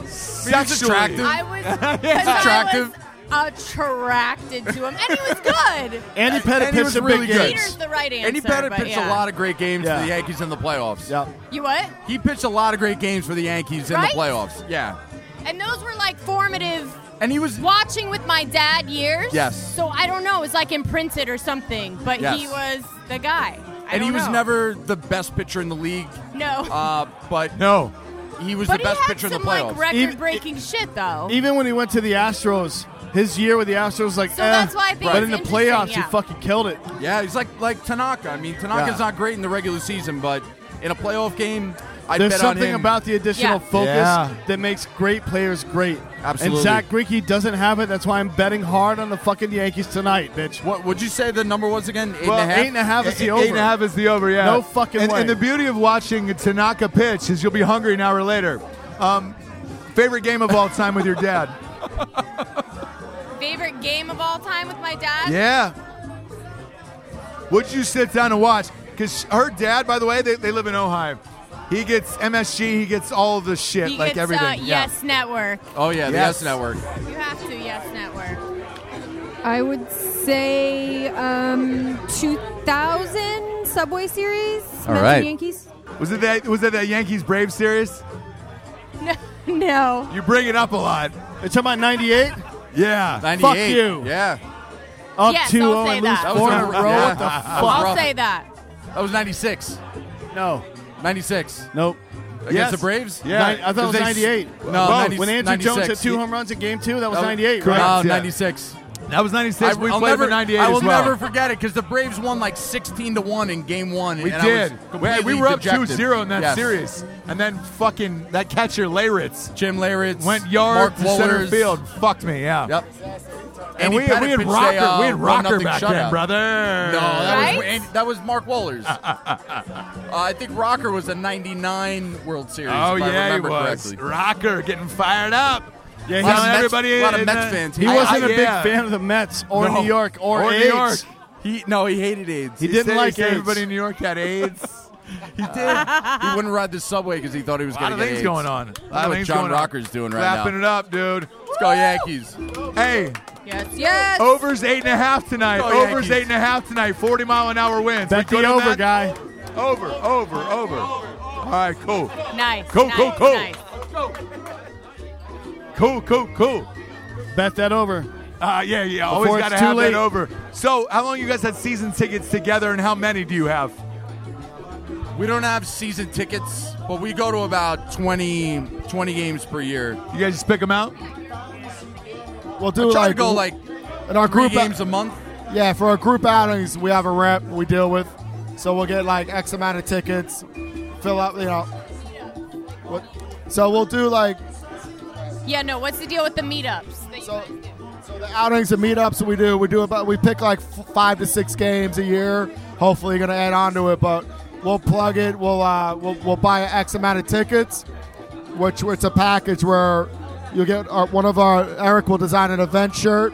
Speaker 3: he's
Speaker 1: Sexually.
Speaker 3: attractive.
Speaker 7: I was, 'cause
Speaker 3: attractive.
Speaker 7: I was attracted to him, and he was good.
Speaker 5: Andy Pettit
Speaker 3: And he
Speaker 5: pitched
Speaker 3: was
Speaker 5: a
Speaker 3: really
Speaker 5: big game.
Speaker 3: good.
Speaker 7: Peter's the right answer.
Speaker 3: And he Pettit
Speaker 7: but
Speaker 3: pitched
Speaker 7: yeah.
Speaker 3: a lot of great games
Speaker 5: Yeah.
Speaker 3: for the Yankees in the playoffs.
Speaker 5: Yep.
Speaker 7: You what?
Speaker 3: He pitched a lot of great games for the Yankees in
Speaker 7: Right?
Speaker 3: the playoffs. Yeah.
Speaker 7: And those were like formative
Speaker 3: And he was
Speaker 7: watching with my dad years.
Speaker 3: Yes.
Speaker 7: So I don't know. It was like imprinted or something, but
Speaker 3: Yes.
Speaker 7: he was the guy. I
Speaker 3: and he
Speaker 7: don't
Speaker 3: was
Speaker 7: know.
Speaker 3: never the best pitcher in the league,
Speaker 7: No.
Speaker 3: uh, but
Speaker 1: No.
Speaker 3: he was
Speaker 7: but
Speaker 3: the best
Speaker 7: he had
Speaker 3: pitcher in the
Speaker 7: some
Speaker 3: playoffs.
Speaker 7: like record-breaking shit though.
Speaker 5: Even when he went to the Astros, his year with the Astros, like,
Speaker 7: So
Speaker 5: eh.
Speaker 7: that's why I think
Speaker 5: but
Speaker 7: it's
Speaker 5: in the
Speaker 7: interesting,
Speaker 5: playoffs,
Speaker 7: yeah.
Speaker 5: he fucking killed it.
Speaker 3: yeah, he's like like Tanaka. I mean, Tanaka's
Speaker 5: Yeah.
Speaker 3: not great in the regular season, but in a playoff game, I
Speaker 5: There's
Speaker 3: bet on
Speaker 5: something
Speaker 3: him.
Speaker 5: about the additional
Speaker 7: Yeah.
Speaker 5: focus
Speaker 1: Yeah.
Speaker 5: that makes great players great.
Speaker 3: Absolutely.
Speaker 5: And Zach Greinke doesn't have it. That's why I'm betting hard on the fucking Yankees tonight, bitch.
Speaker 3: what would you say the number was again? Eight and a
Speaker 5: Well,
Speaker 3: half.
Speaker 5: eight and a half is the over.
Speaker 1: Eight and a half is the over, yeah.
Speaker 5: No fucking
Speaker 1: and,
Speaker 5: way.
Speaker 1: And the beauty of watching Tanaka pitch is you'll be hungry an hour later. Um, favorite game of all time with your dad?
Speaker 7: Favorite game of all time with my dad?
Speaker 1: Yeah. Would you sit down and watch? Because her dad, by the way, they, they live in Ohio. He gets MSG. He gets all of the shit,
Speaker 7: He
Speaker 1: like
Speaker 7: gets
Speaker 1: everything.
Speaker 7: Uh, Yes Network.
Speaker 3: oh yeah, the
Speaker 1: Yes.
Speaker 3: S Network.
Speaker 7: You have to Yes Network.
Speaker 9: I would say um, 2000 Subway Series.
Speaker 3: All
Speaker 9: Mets
Speaker 3: right.
Speaker 9: and Yankees.
Speaker 1: Was it that? Was it that Yankees Brave series?
Speaker 7: No, no.
Speaker 1: You bring it up a lot.
Speaker 5: It's about 98,
Speaker 1: Yeah.
Speaker 3: Ninety-eight.
Speaker 5: Fuck you.
Speaker 3: Yeah,
Speaker 5: up
Speaker 7: Yes,
Speaker 5: 2
Speaker 7: I'll
Speaker 5: 0
Speaker 7: say
Speaker 5: and lose
Speaker 7: that. That
Speaker 3: was
Speaker 5: four in a
Speaker 3: a-
Speaker 5: row.
Speaker 3: yeah.
Speaker 5: What the
Speaker 3: That
Speaker 5: fuck?
Speaker 3: was
Speaker 7: I'll
Speaker 3: rough.
Speaker 7: say that.
Speaker 3: that was ninety-six.
Speaker 5: No.
Speaker 3: Ninety-six
Speaker 5: Nope.
Speaker 3: against
Speaker 1: Yes.
Speaker 3: the Braves.
Speaker 1: Yeah.
Speaker 5: Nin- I thought it was
Speaker 3: Because they-
Speaker 5: 98.
Speaker 3: No,
Speaker 5: Both.
Speaker 3: 90
Speaker 5: when Andrew Jones
Speaker 3: 96.
Speaker 5: hit two home runs in game two, that was
Speaker 3: That was-
Speaker 5: 98,
Speaker 1: correct.
Speaker 5: right?
Speaker 3: No,
Speaker 1: Yeah.
Speaker 3: Oh, ninety-six.
Speaker 1: That was '96. We
Speaker 3: I'll
Speaker 1: played
Speaker 3: never,
Speaker 1: for '98
Speaker 3: I will
Speaker 1: as well.
Speaker 3: never forget it because the Braves won like sixteen to one in game one.
Speaker 1: we
Speaker 3: and I was
Speaker 1: did. We,
Speaker 3: completely
Speaker 1: we were up
Speaker 3: dejected.
Speaker 1: 2-0 in that
Speaker 3: Yes.
Speaker 1: series, and then fucking that catcher Layritz
Speaker 3: Jim Laritz
Speaker 1: went yard
Speaker 3: Mark
Speaker 1: to center
Speaker 3: Wohlers.
Speaker 1: field. Fucked me. Yeah.
Speaker 3: Yep.
Speaker 1: And
Speaker 3: Andy
Speaker 1: we,
Speaker 3: Pettit
Speaker 1: we had
Speaker 3: pitched a,
Speaker 1: rocker.
Speaker 3: uh,
Speaker 1: we had rocker
Speaker 3: 1-0
Speaker 1: back
Speaker 3: shutout.
Speaker 1: then, brother.
Speaker 3: No, that was
Speaker 7: Right?
Speaker 3: and that was Mark Wohlers. uh, I think Rocker was a '99 World Series.
Speaker 1: Oh
Speaker 3: if I
Speaker 1: yeah, he
Speaker 3: remember
Speaker 1: was
Speaker 3: correctly.
Speaker 1: rocker getting fired up.
Speaker 5: Yeah, he
Speaker 1: Telling
Speaker 3: was- Mets-
Speaker 1: everybody
Speaker 3: a lot of
Speaker 1: in
Speaker 3: Mets
Speaker 1: the-
Speaker 3: fans.
Speaker 5: He
Speaker 3: I-
Speaker 5: wasn't
Speaker 1: I-
Speaker 5: a big
Speaker 1: yeah.
Speaker 5: fan of the Mets or
Speaker 1: No.
Speaker 5: New York or,
Speaker 1: Or New
Speaker 5: AIDS.
Speaker 1: York.
Speaker 3: He no, he hated AIDS.
Speaker 5: He
Speaker 3: He,
Speaker 5: didn't
Speaker 1: said-
Speaker 5: like
Speaker 1: said
Speaker 5: AIDS.
Speaker 1: everybody in New York had AIDS.
Speaker 3: did. he wouldn't ride the subway because he thought he was
Speaker 1: a lot
Speaker 3: going to
Speaker 1: of
Speaker 3: get
Speaker 1: things
Speaker 3: AIDS.
Speaker 1: going on. A
Speaker 3: I
Speaker 1: lot
Speaker 3: know
Speaker 1: of
Speaker 3: what
Speaker 1: things
Speaker 3: John
Speaker 1: going on.
Speaker 3: Rocker's doing right
Speaker 1: Clapping it
Speaker 3: Let's go Yankees.
Speaker 1: up, dude. Hey,
Speaker 7: Yes, yes.
Speaker 1: Overs eight and a half tonight.
Speaker 3: Oh,
Speaker 1: Overs
Speaker 3: Yankees.
Speaker 1: eight and a half tonight. Forty mile an hour winds.
Speaker 5: Bet
Speaker 1: We good
Speaker 5: the
Speaker 1: on
Speaker 5: over,
Speaker 1: that?
Speaker 5: guy.
Speaker 1: Over, over, over. All right, cool,
Speaker 7: Nice.
Speaker 1: Go,
Speaker 7: nice,
Speaker 1: go, go.
Speaker 7: nice.
Speaker 1: cool, cool, cool.
Speaker 5: Bet that over.
Speaker 1: Uh, yeah, yeah.
Speaker 5: Before
Speaker 1: Always
Speaker 5: it's
Speaker 1: got to
Speaker 5: too
Speaker 1: have
Speaker 5: late.
Speaker 1: that over. So, how long you guys had season tickets together, and how many do you have?
Speaker 3: We don't have season tickets, but we go to about 20, 20 games per year.
Speaker 1: You guys just pick them out.
Speaker 4: We'll do
Speaker 3: I try
Speaker 4: like
Speaker 3: to go like
Speaker 4: in our
Speaker 3: three
Speaker 4: group
Speaker 3: games a month.
Speaker 4: Yeah, for our group outings, we have a rep we deal with. So we'll get like X amount of tickets, fill up, you know. What? So we'll do like
Speaker 7: Yeah, no, what's the deal with the meetups? that you
Speaker 4: So-
Speaker 7: guys do?
Speaker 4: the outings and meetups we do. We do about we pick like f- five to six games a year. Hopefully, you're gonna add on to it, but we'll plug it. We'll uh, we'll, we'll buy X amount of tickets, which it's a package where you'll get our, one of our Eric will design an event shirt.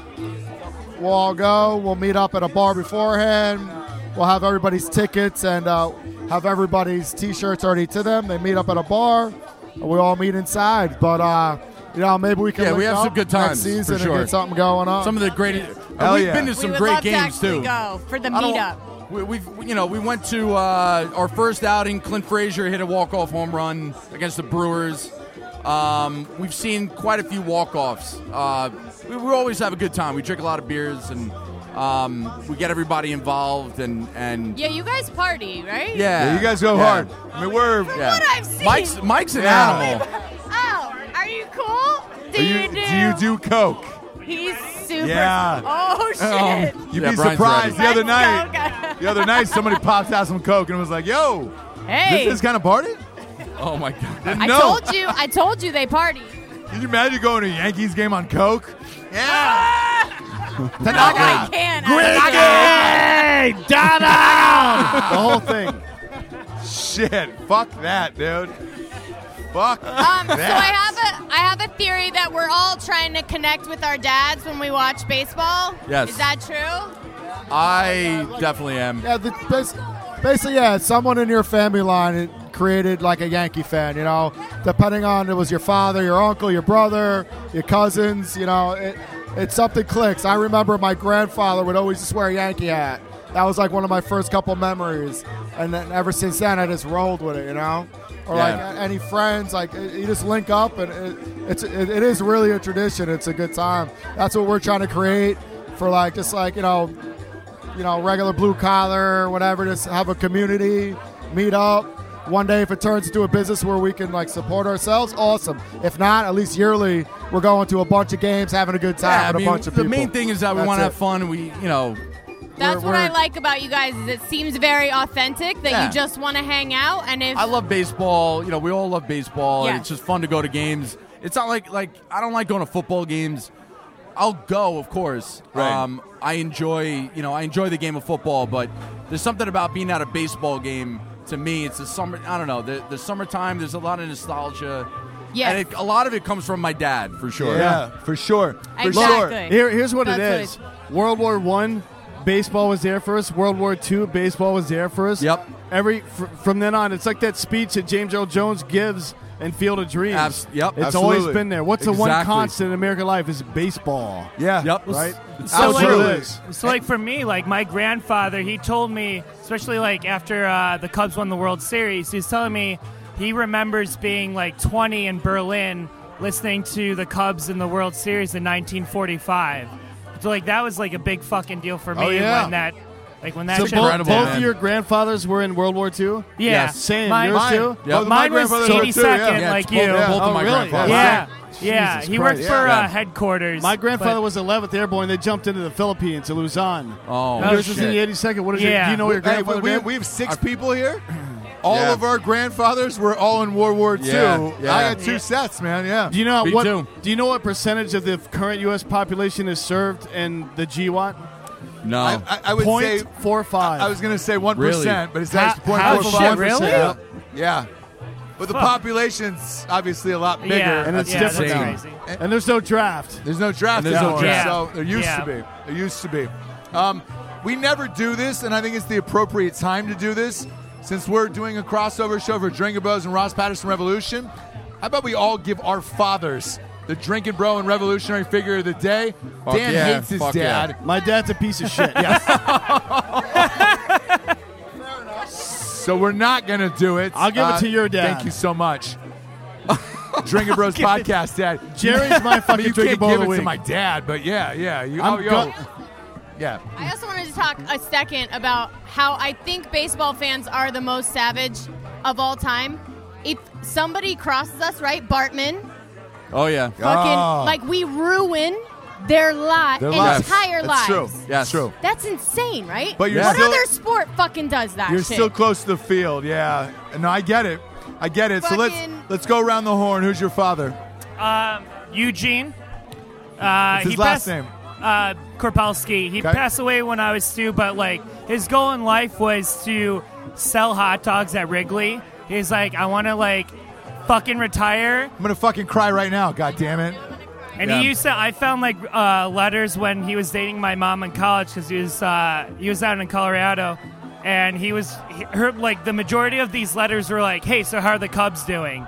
Speaker 4: We'll all go. We'll meet up at a bar beforehand. We'll have everybody's tickets and uh, have everybody's T-shirts already to them. They meet up at a bar. and We all meet inside, but uh, you know maybe we can.
Speaker 3: Yeah, we
Speaker 4: link
Speaker 3: have
Speaker 4: up
Speaker 3: some good
Speaker 4: next
Speaker 3: times, for
Speaker 4: season and
Speaker 3: sure.
Speaker 4: get something going on.
Speaker 3: Some of the greatest.
Speaker 1: Hell
Speaker 3: we've
Speaker 1: yeah.
Speaker 3: been to some
Speaker 7: we would
Speaker 3: great
Speaker 7: love to
Speaker 3: games
Speaker 7: actually
Speaker 3: too.
Speaker 7: go for the
Speaker 3: I don't-
Speaker 7: meetup.
Speaker 3: We, we've you know we went to uh, our first outing. Clint Frazier hit a walk off home run against the Brewers. Um, we've seen quite a few walk offs. Uh, we, we always have a good time. We drink a lot of beers and um, we get everybody involved and and
Speaker 7: Yeah, you guys party, right?
Speaker 3: yeah.
Speaker 1: Yeah, you guys go
Speaker 3: Yeah.
Speaker 1: hard. I mean, we're
Speaker 3: Yeah.
Speaker 7: What I've seen.
Speaker 3: Mike's Mike's an
Speaker 1: Yeah.
Speaker 3: animal.
Speaker 7: Oh, are you cool? Do
Speaker 1: Are
Speaker 7: you,
Speaker 1: you-
Speaker 7: do?
Speaker 1: do you do coke?
Speaker 7: He's super.
Speaker 1: Yeah. Um,
Speaker 7: Oh shit.
Speaker 1: You'd
Speaker 3: Yeah,
Speaker 1: be
Speaker 3: Brian's
Speaker 1: surprised. The
Speaker 7: ready.
Speaker 1: other
Speaker 7: Brian's
Speaker 1: night,
Speaker 7: coke.
Speaker 1: the other night, somebody pops out some coke and was like, "Yo,
Speaker 7: hey.
Speaker 1: this is kind of party."
Speaker 3: Oh my god.
Speaker 1: Didn't
Speaker 7: I
Speaker 1: know.
Speaker 7: told you. I told you they party.
Speaker 1: Can you imagine going to a Yankees game on coke?
Speaker 7: Oh, I can. I
Speaker 4: the whole thing.
Speaker 1: Shit, fuck that, dude. Fuck.
Speaker 7: Um, so I
Speaker 1: that.
Speaker 7: have a I have a theory that we're all trying to connect with our dads when we watch baseball.
Speaker 3: Yes.
Speaker 7: Is that true?
Speaker 3: I definitely am.
Speaker 4: Yeah, the, basically, basically, yeah, someone in your family line created like a Yankee fan, you know, depending on it was your father, your uncle, your brother, your cousins, you know, it, it something clicks. I remember my grandfather would always just wear a Yankee hat. That was like one of my first couple memories. And then ever since then, I just rolled with it, you know? Or like
Speaker 3: Yeah.
Speaker 4: a- any friends, like it- you just link up and it, it's, it, it is really a tradition. It's a good time. That's what we're trying to create for like, just like, you know, you know, regular blue collar, whatever, just have a community, meet up. One day, if it turns into a business where we can like support ourselves, awesome. If not, at least yearly, we're going to a bunch of games, having a good time
Speaker 3: Yeah, I
Speaker 4: with
Speaker 3: mean,
Speaker 4: a bunch of
Speaker 3: the
Speaker 4: people.
Speaker 3: main thing is that we
Speaker 4: That's
Speaker 3: want to
Speaker 4: it.
Speaker 3: have fun. and We, you know,
Speaker 7: That's
Speaker 3: We're-
Speaker 7: what I
Speaker 3: we're-
Speaker 7: like about you guys is it seems very authentic that
Speaker 3: Yeah.
Speaker 7: you just want to hang out and if
Speaker 3: I love baseball. You know, we all love baseball. and
Speaker 7: Yeah.
Speaker 3: It's just fun to go to games. It's not like like I don't like going to football games. I'll go, of course.
Speaker 1: Right.
Speaker 3: Um, I enjoy you know I enjoy the game of football, but there's something about being at a baseball game. To me, it's the summer. I don't know the the summertime. There's a lot of nostalgia.
Speaker 7: Yes.
Speaker 3: and it, a lot of it comes from my dad for sure.
Speaker 1: yeah, for sure. For sure.
Speaker 7: Exactly.
Speaker 5: Here, here's what it
Speaker 7: That's
Speaker 5: is. World War One, baseball was there for us. World War Two, baseball was there for us.
Speaker 3: Yep.
Speaker 5: Every fr- from then on, it's like that speech that James Earl Jones gives in Field of Dreams.
Speaker 3: Abs- yep.
Speaker 5: It's
Speaker 1: Absolutely.
Speaker 5: always been there. What's the one
Speaker 3: Exactly.
Speaker 5: constant in American life is baseball.
Speaker 1: Yeah.
Speaker 3: Yep.
Speaker 5: Right.
Speaker 6: So
Speaker 5: That's what
Speaker 6: like-
Speaker 5: it is.
Speaker 6: So, like for me, like my grandfather, he told me, especially like after uh, the Cubs won the World Series, he was telling me he remembers being like 20 in Berlin, listening to the Cubs in the World Series in 1945. So like that was like a big fucking deal for me
Speaker 5: Oh, yeah.
Speaker 6: when that, like when that.
Speaker 5: So
Speaker 6: shit-
Speaker 5: bo-
Speaker 3: incredible,
Speaker 5: both
Speaker 3: man.
Speaker 5: of your grandfathers were in World War Two.
Speaker 6: yeah,
Speaker 5: Same.
Speaker 6: Mine-
Speaker 5: Yours
Speaker 1: Mine-
Speaker 5: too.
Speaker 1: Both of my
Speaker 6: Mine was
Speaker 1: grandfathers were too,
Speaker 6: 82nd,
Speaker 1: yeah.
Speaker 3: Yeah,
Speaker 6: like
Speaker 3: it's both-
Speaker 6: you.
Speaker 3: both
Speaker 5: Oh,
Speaker 3: of my
Speaker 5: really?
Speaker 3: grandfathers.
Speaker 6: Yeah, yeah.
Speaker 5: Jesus
Speaker 6: he worked
Speaker 5: Christ.
Speaker 6: for
Speaker 3: Yeah.
Speaker 6: uh, headquarters.
Speaker 5: My grandfather
Speaker 6: but-
Speaker 5: was 11th Airborne. They jumped into the Philippines to Luzon.
Speaker 3: Oh,
Speaker 5: yours was
Speaker 3: shit.
Speaker 5: in the 82nd. What is your?
Speaker 6: Yeah.
Speaker 5: Do you know what your
Speaker 1: Hey,
Speaker 5: grandfather
Speaker 1: we, we,
Speaker 5: did?
Speaker 1: we have six people here. All
Speaker 3: Yeah.
Speaker 1: of our grandfathers were all in World War II.
Speaker 3: Yeah, yeah.
Speaker 1: I had two sets, man. Yeah.
Speaker 5: Do you know
Speaker 3: Me
Speaker 5: what?
Speaker 3: too.
Speaker 5: Do you know what percentage of the current U.S. population is served in the GWAT?
Speaker 3: no.
Speaker 1: I, I, I would
Speaker 5: Point
Speaker 1: say
Speaker 5: four five.
Speaker 1: I was going to say one
Speaker 3: Really?
Speaker 1: but it's
Speaker 6: Ha-
Speaker 1: actually point
Speaker 6: half
Speaker 1: four
Speaker 6: of
Speaker 1: five
Speaker 6: it, really?
Speaker 1: percent. Yeah. But the
Speaker 6: Fuck.
Speaker 1: population's obviously a lot bigger.
Speaker 6: yeah,
Speaker 5: and it's
Speaker 6: yeah,
Speaker 5: different
Speaker 6: That's
Speaker 5: now.
Speaker 6: crazy.
Speaker 5: and there's no draft.
Speaker 1: There's no draft
Speaker 3: And there's no
Speaker 1: anymore,
Speaker 6: draft.
Speaker 1: so there used
Speaker 6: Yeah.
Speaker 1: to be. There used to be. Um, we never do this, and I think it's the appropriate time to do this since we're doing a crossover show for Drinking Bros and Ross Patterson Revolution. How about we all give our fathers the Drinking Bro and Revolutionary Figure of the Day? Dan
Speaker 3: yeah,
Speaker 1: hates his
Speaker 3: fuck
Speaker 1: dad.
Speaker 5: My dad's a piece of shit.
Speaker 1: So we're not going to do it. Uh,
Speaker 5: I'll give it to your dad.
Speaker 1: Thank you so much. Drinking Bros podcast, Dad.
Speaker 5: Jerry's my
Speaker 1: I mean,
Speaker 5: fucking
Speaker 1: you can't
Speaker 5: drinking bro of
Speaker 1: give
Speaker 5: the
Speaker 1: it
Speaker 5: week.
Speaker 1: to my dad, but yeah, yeah. You,
Speaker 5: I'm
Speaker 1: oh, yo,
Speaker 5: go-
Speaker 1: yeah.
Speaker 7: I also wanted to talk a second about how I think baseball fans are the most savage of all time. If somebody crosses us, right, Bartman,
Speaker 3: Oh yeah.
Speaker 7: fucking,
Speaker 1: Oh.
Speaker 7: like we ruin their lot,
Speaker 1: Their lives.
Speaker 7: entire
Speaker 1: That's
Speaker 7: lives.
Speaker 1: true.
Speaker 3: Yes.
Speaker 1: True.
Speaker 7: That's insane, right?
Speaker 1: But you're
Speaker 7: what
Speaker 1: still-
Speaker 7: other sport fucking does that?
Speaker 1: You're
Speaker 7: shit?
Speaker 1: still close to the field, yeah. No, I get it. I get it. so let's
Speaker 7: Fucking-
Speaker 1: let's go around the horn. Who's your father?
Speaker 6: Um, Eugene. Uh,
Speaker 1: What's his last
Speaker 6: he passed,
Speaker 1: name?
Speaker 6: Uh, Korpelski. He
Speaker 1: Okay.
Speaker 6: passed away when I was two, but like his goal in life was to sell hot dogs at Wrigley. He's like, I want to like fucking retire.
Speaker 1: I'm gonna fucking cry right now. God damn it!
Speaker 6: And
Speaker 3: Yeah.
Speaker 6: he used to. I found like uh, letters when he was dating my mom in college because he was uh, he was out in Colorado, and he was he, her like the majority of these letters were like, "Hey, so how are the Cubs doing?"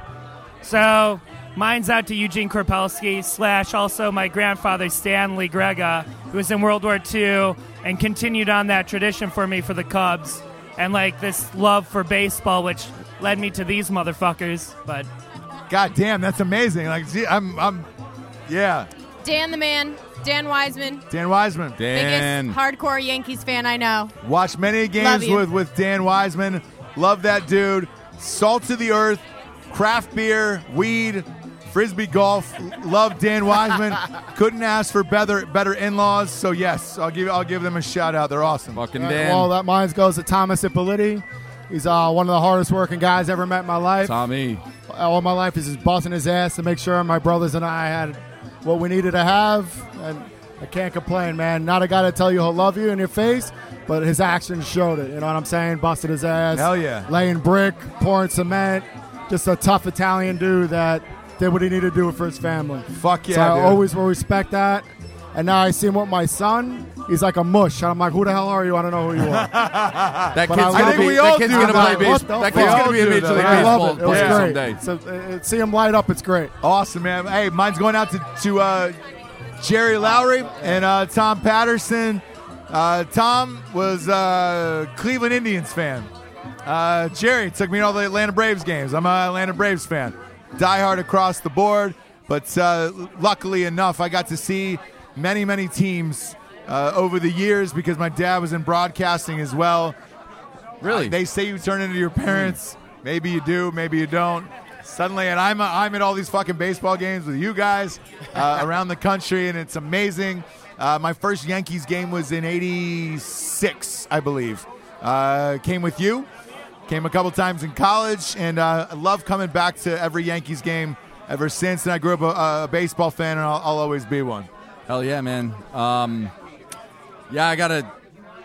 Speaker 6: So mine's out to Eugene Korpelski slash also my grandfather Stanley Grega, who was in World War II and continued on that tradition for me for the Cubs, and like this love for baseball, which led me to these motherfuckers. But
Speaker 1: God damn, that's amazing. Like, see, I'm, I'm, yeah.
Speaker 7: Dan the man, Dan Wiseman,
Speaker 1: Dan Wiseman.
Speaker 3: Dan.
Speaker 7: biggest hardcore Yankees fan I know.
Speaker 1: Watch many games
Speaker 7: you.
Speaker 1: with with Dan Wiseman. Love that dude. Salt to the earth, craft beer, weed, frisbee golf. Love Dan Wiseman. Couldn't ask for better better in laws. So yes, I'll give I'll give them a shout out. They're awesome.
Speaker 3: Fucking
Speaker 4: All right,
Speaker 3: Dan.
Speaker 4: Well, that mine goes to Thomas Ippoliti. He's uh, one of the hardest working guys I ever met in my life.
Speaker 3: Tommy.
Speaker 4: All my life is just busting his ass to make sure my brothers and I had what we needed to have. And I can't complain, man. Not a guy to tell you he'll love you in your face, but his actions showed it. You know what I'm saying? Busted his ass.
Speaker 1: Hell yeah.
Speaker 4: Laying brick, pouring cement. Just a tough Italian dude that did what he needed to do for his family.
Speaker 1: Fuck yeah,
Speaker 4: So I
Speaker 1: dude.
Speaker 4: always will respect that. And now I see him with my son. He's like a mush. And I'm like, who the hell are you? I don't know who you are.
Speaker 3: That
Speaker 4: But
Speaker 3: kid's
Speaker 4: I
Speaker 3: gonna
Speaker 4: think
Speaker 3: be.
Speaker 4: we
Speaker 3: That
Speaker 4: all
Speaker 3: kid's
Speaker 4: do
Speaker 3: gonna play
Speaker 4: that. What
Speaker 3: baseball.
Speaker 4: the
Speaker 3: That
Speaker 4: fuck?
Speaker 3: kid's gonna be a
Speaker 1: We all
Speaker 3: major
Speaker 1: do
Speaker 3: league
Speaker 1: that.
Speaker 4: I
Speaker 3: baseball
Speaker 4: love it. It was
Speaker 3: player someday.
Speaker 4: great. So, uh, uh, see him light up. It's great.
Speaker 1: Awesome, man. Hey, mine's going out to, to uh, Jerry Lowry and uh, Tom Patterson. Uh, Tom was uh, Cleveland Indians fan. Uh, Jerry took me to all the Atlanta Braves games. I'm an Atlanta Braves fan, diehard across the board. But uh, luckily enough, I got to see many, many teams uh, over the years because my dad was in broadcasting as well.
Speaker 3: Really?
Speaker 1: They say you turn into your parents. Maybe you do, maybe you don't. Suddenly, and I'm uh, I'm at all these fucking baseball games with you guys uh, around the country, and it's amazing. Uh, my first Yankees game was in '86, I believe. Uh, came with you, came a couple times in college, and uh, I love coming back to every Yankees game ever since. And I grew up a, a baseball fan, and I'll, I'll always be one.
Speaker 3: Hell yeah, man. Um, yeah, I gotta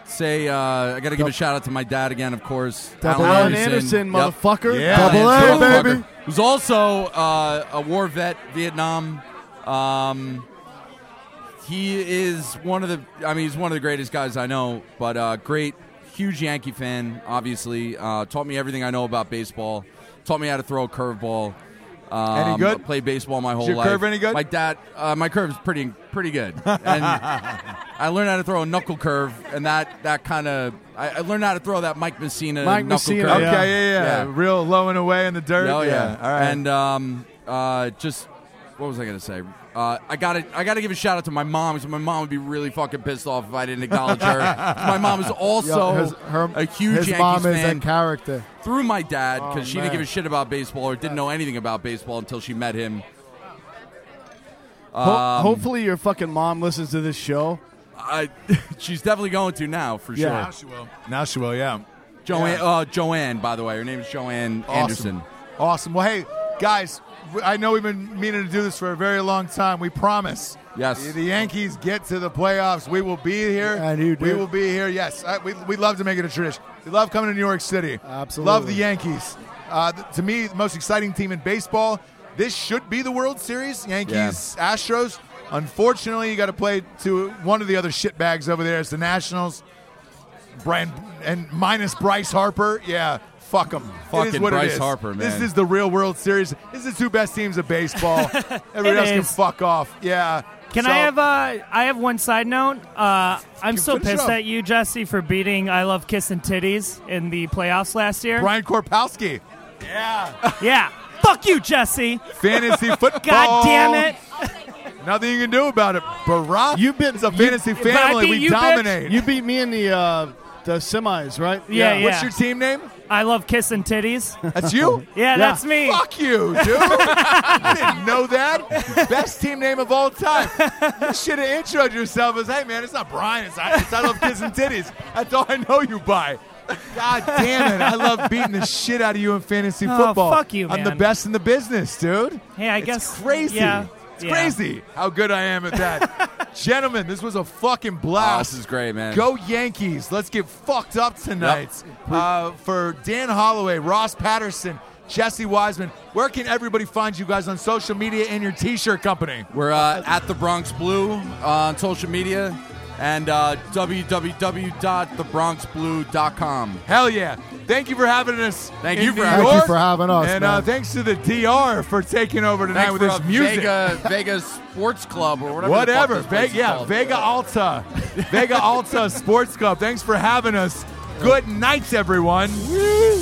Speaker 3: say, uh, I gotta give a shout out to my dad again, of course.
Speaker 5: Double Alan Anderson,
Speaker 3: Yep.
Speaker 5: motherfucker.
Speaker 1: Yeah.
Speaker 3: Alan
Speaker 1: Double A,
Speaker 3: Anderson,
Speaker 1: baby.
Speaker 3: motherfucker. Who's also uh, a war vet, Vietnam. Um, he is one of the. I mean, he's one of the greatest guys I know. But uh, great, huge Yankee fan. Obviously, uh, taught me everything I know about baseball. Taught me how to throw a curveball. Um,
Speaker 1: Any good?
Speaker 3: Played baseball my whole
Speaker 1: your
Speaker 3: life.
Speaker 1: curve any good?
Speaker 3: My dad, uh, my curve's pretty pretty good. And I learned how to throw a knuckle curve, and that that kind of I, I learned how to throw that Mike Messina
Speaker 5: Mike
Speaker 3: knuckle
Speaker 5: Messina,
Speaker 3: curve.
Speaker 1: Okay, yeah, yeah,
Speaker 3: Oh, Yeah.
Speaker 1: real low and away in the dirt.
Speaker 3: Oh yeah.
Speaker 1: all right.
Speaker 3: And um, uh, just what was I gonna say? Uh, I gotta I gotta give a shout out to my mom because my mom would be really fucking pissed off if I didn't acknowledge her. my mom is also
Speaker 4: Yeah, his- her-
Speaker 3: a huge
Speaker 4: his
Speaker 3: Yankees
Speaker 4: mom
Speaker 3: fan
Speaker 4: is a character.
Speaker 3: through my dad because
Speaker 4: Oh,
Speaker 3: she didn't
Speaker 4: man.
Speaker 3: give a shit about baseball or didn't know anything about baseball until she met him.
Speaker 5: Ho- hopefully your fucking mom listens to this show.
Speaker 3: I, she's definitely going to now for
Speaker 5: Yeah.
Speaker 3: sure.
Speaker 1: she will. Now she will. Yeah.
Speaker 3: Joanne,
Speaker 1: Yeah.
Speaker 3: uh, Joanne, by the way, her name is Joanne Anderson.
Speaker 1: Awesome. Awesome. Well, hey, guys, w- I know we've been meaning to do this for a very long time. We promise.
Speaker 3: Yes.
Speaker 1: The Yankees get to the playoffs. We will be here.
Speaker 4: And you
Speaker 1: We
Speaker 4: do.
Speaker 1: will be here. Yes. I, we, we love to make it a tradition. We love coming to New York City.
Speaker 4: Absolutely.
Speaker 1: Love the Yankees. Uh, th- to me, the most exciting team in baseball. This should be the World Series. Yankees, Astros. Unfortunately, you got to play to one of the other shitbags over there. It's the Nationals. Brian and minus Bryce Harper. Yeah, fuck him.
Speaker 3: Fucking Bryce Harper,
Speaker 1: This
Speaker 3: man.
Speaker 1: is the real World Series. This is the two best teams of baseball. Everybody
Speaker 6: It
Speaker 1: else can
Speaker 6: is.
Speaker 1: fuck off. Yeah.
Speaker 6: Can
Speaker 1: So-
Speaker 6: I have uh, I have one side note. Uh, I'm so
Speaker 1: finish it
Speaker 6: pissed
Speaker 1: up.
Speaker 6: at you, Jesse, for beating I Love Kissing Titties in the playoffs last year.
Speaker 1: Brian Korpowski?
Speaker 6: Yeah. Fuck you, Jesse.
Speaker 1: Fantasy football.
Speaker 6: God damn it.
Speaker 1: Nothing you can do about it. Barack
Speaker 5: You bit-
Speaker 1: is a fantasy
Speaker 5: you-
Speaker 6: but I
Speaker 1: family.
Speaker 6: beat
Speaker 1: We
Speaker 6: you, bitch.
Speaker 1: dominate.
Speaker 5: You beat me in the uh, the semis, right?
Speaker 6: Yeah, yeah.
Speaker 1: What's your team name?
Speaker 6: I love kissing titties.
Speaker 1: That's you?
Speaker 6: Yeah, that's me.
Speaker 1: Fuck you, dude. I didn't know that. Best team name of all time. You should have introed yourself as, hey, man, it's not Brian. It's I, it's I Love Kids and Titties. That's all I know you by. God damn it. I love beating the shit out of you in fantasy
Speaker 6: Oh,
Speaker 1: football.
Speaker 6: fuck you,
Speaker 1: I'm the
Speaker 6: man.
Speaker 1: best in the business, dude.
Speaker 6: Hey, I
Speaker 1: It's
Speaker 6: guess-
Speaker 1: crazy.
Speaker 6: yeah,
Speaker 1: It's
Speaker 6: yeah.
Speaker 1: crazy how good I am at that. Gentlemen, this was a fucking blast.
Speaker 3: Oh, this is great, man.
Speaker 1: Go Yankees. Let's get fucked up tonight. Uh, for Dan Holloway, Ross Patterson, Jesse Wiseman, where can everybody find you guys on social media and your t shirt company?
Speaker 3: We're uh, at the Bronx Blue uh, on social media and uh, www.thebronxblue.com.
Speaker 1: Hell yeah. Thank you for having us.
Speaker 3: Thank
Speaker 1: in
Speaker 3: you for
Speaker 1: New
Speaker 3: having-
Speaker 4: Thank you
Speaker 1: York.
Speaker 4: for having us,
Speaker 1: And uh,
Speaker 4: man.
Speaker 1: thanks to the DR for taking over tonight
Speaker 3: Thanks
Speaker 1: with
Speaker 3: for
Speaker 1: this
Speaker 3: a
Speaker 1: music.
Speaker 3: Vega, Vega Sports Club or whatever. the fuck
Speaker 1: Whatever.
Speaker 3: this place
Speaker 1: Vega,
Speaker 3: is
Speaker 1: yeah,
Speaker 3: called.
Speaker 1: Vega Alta. Vega Alta Sports Club. Thanks for having us. Good night, everyone.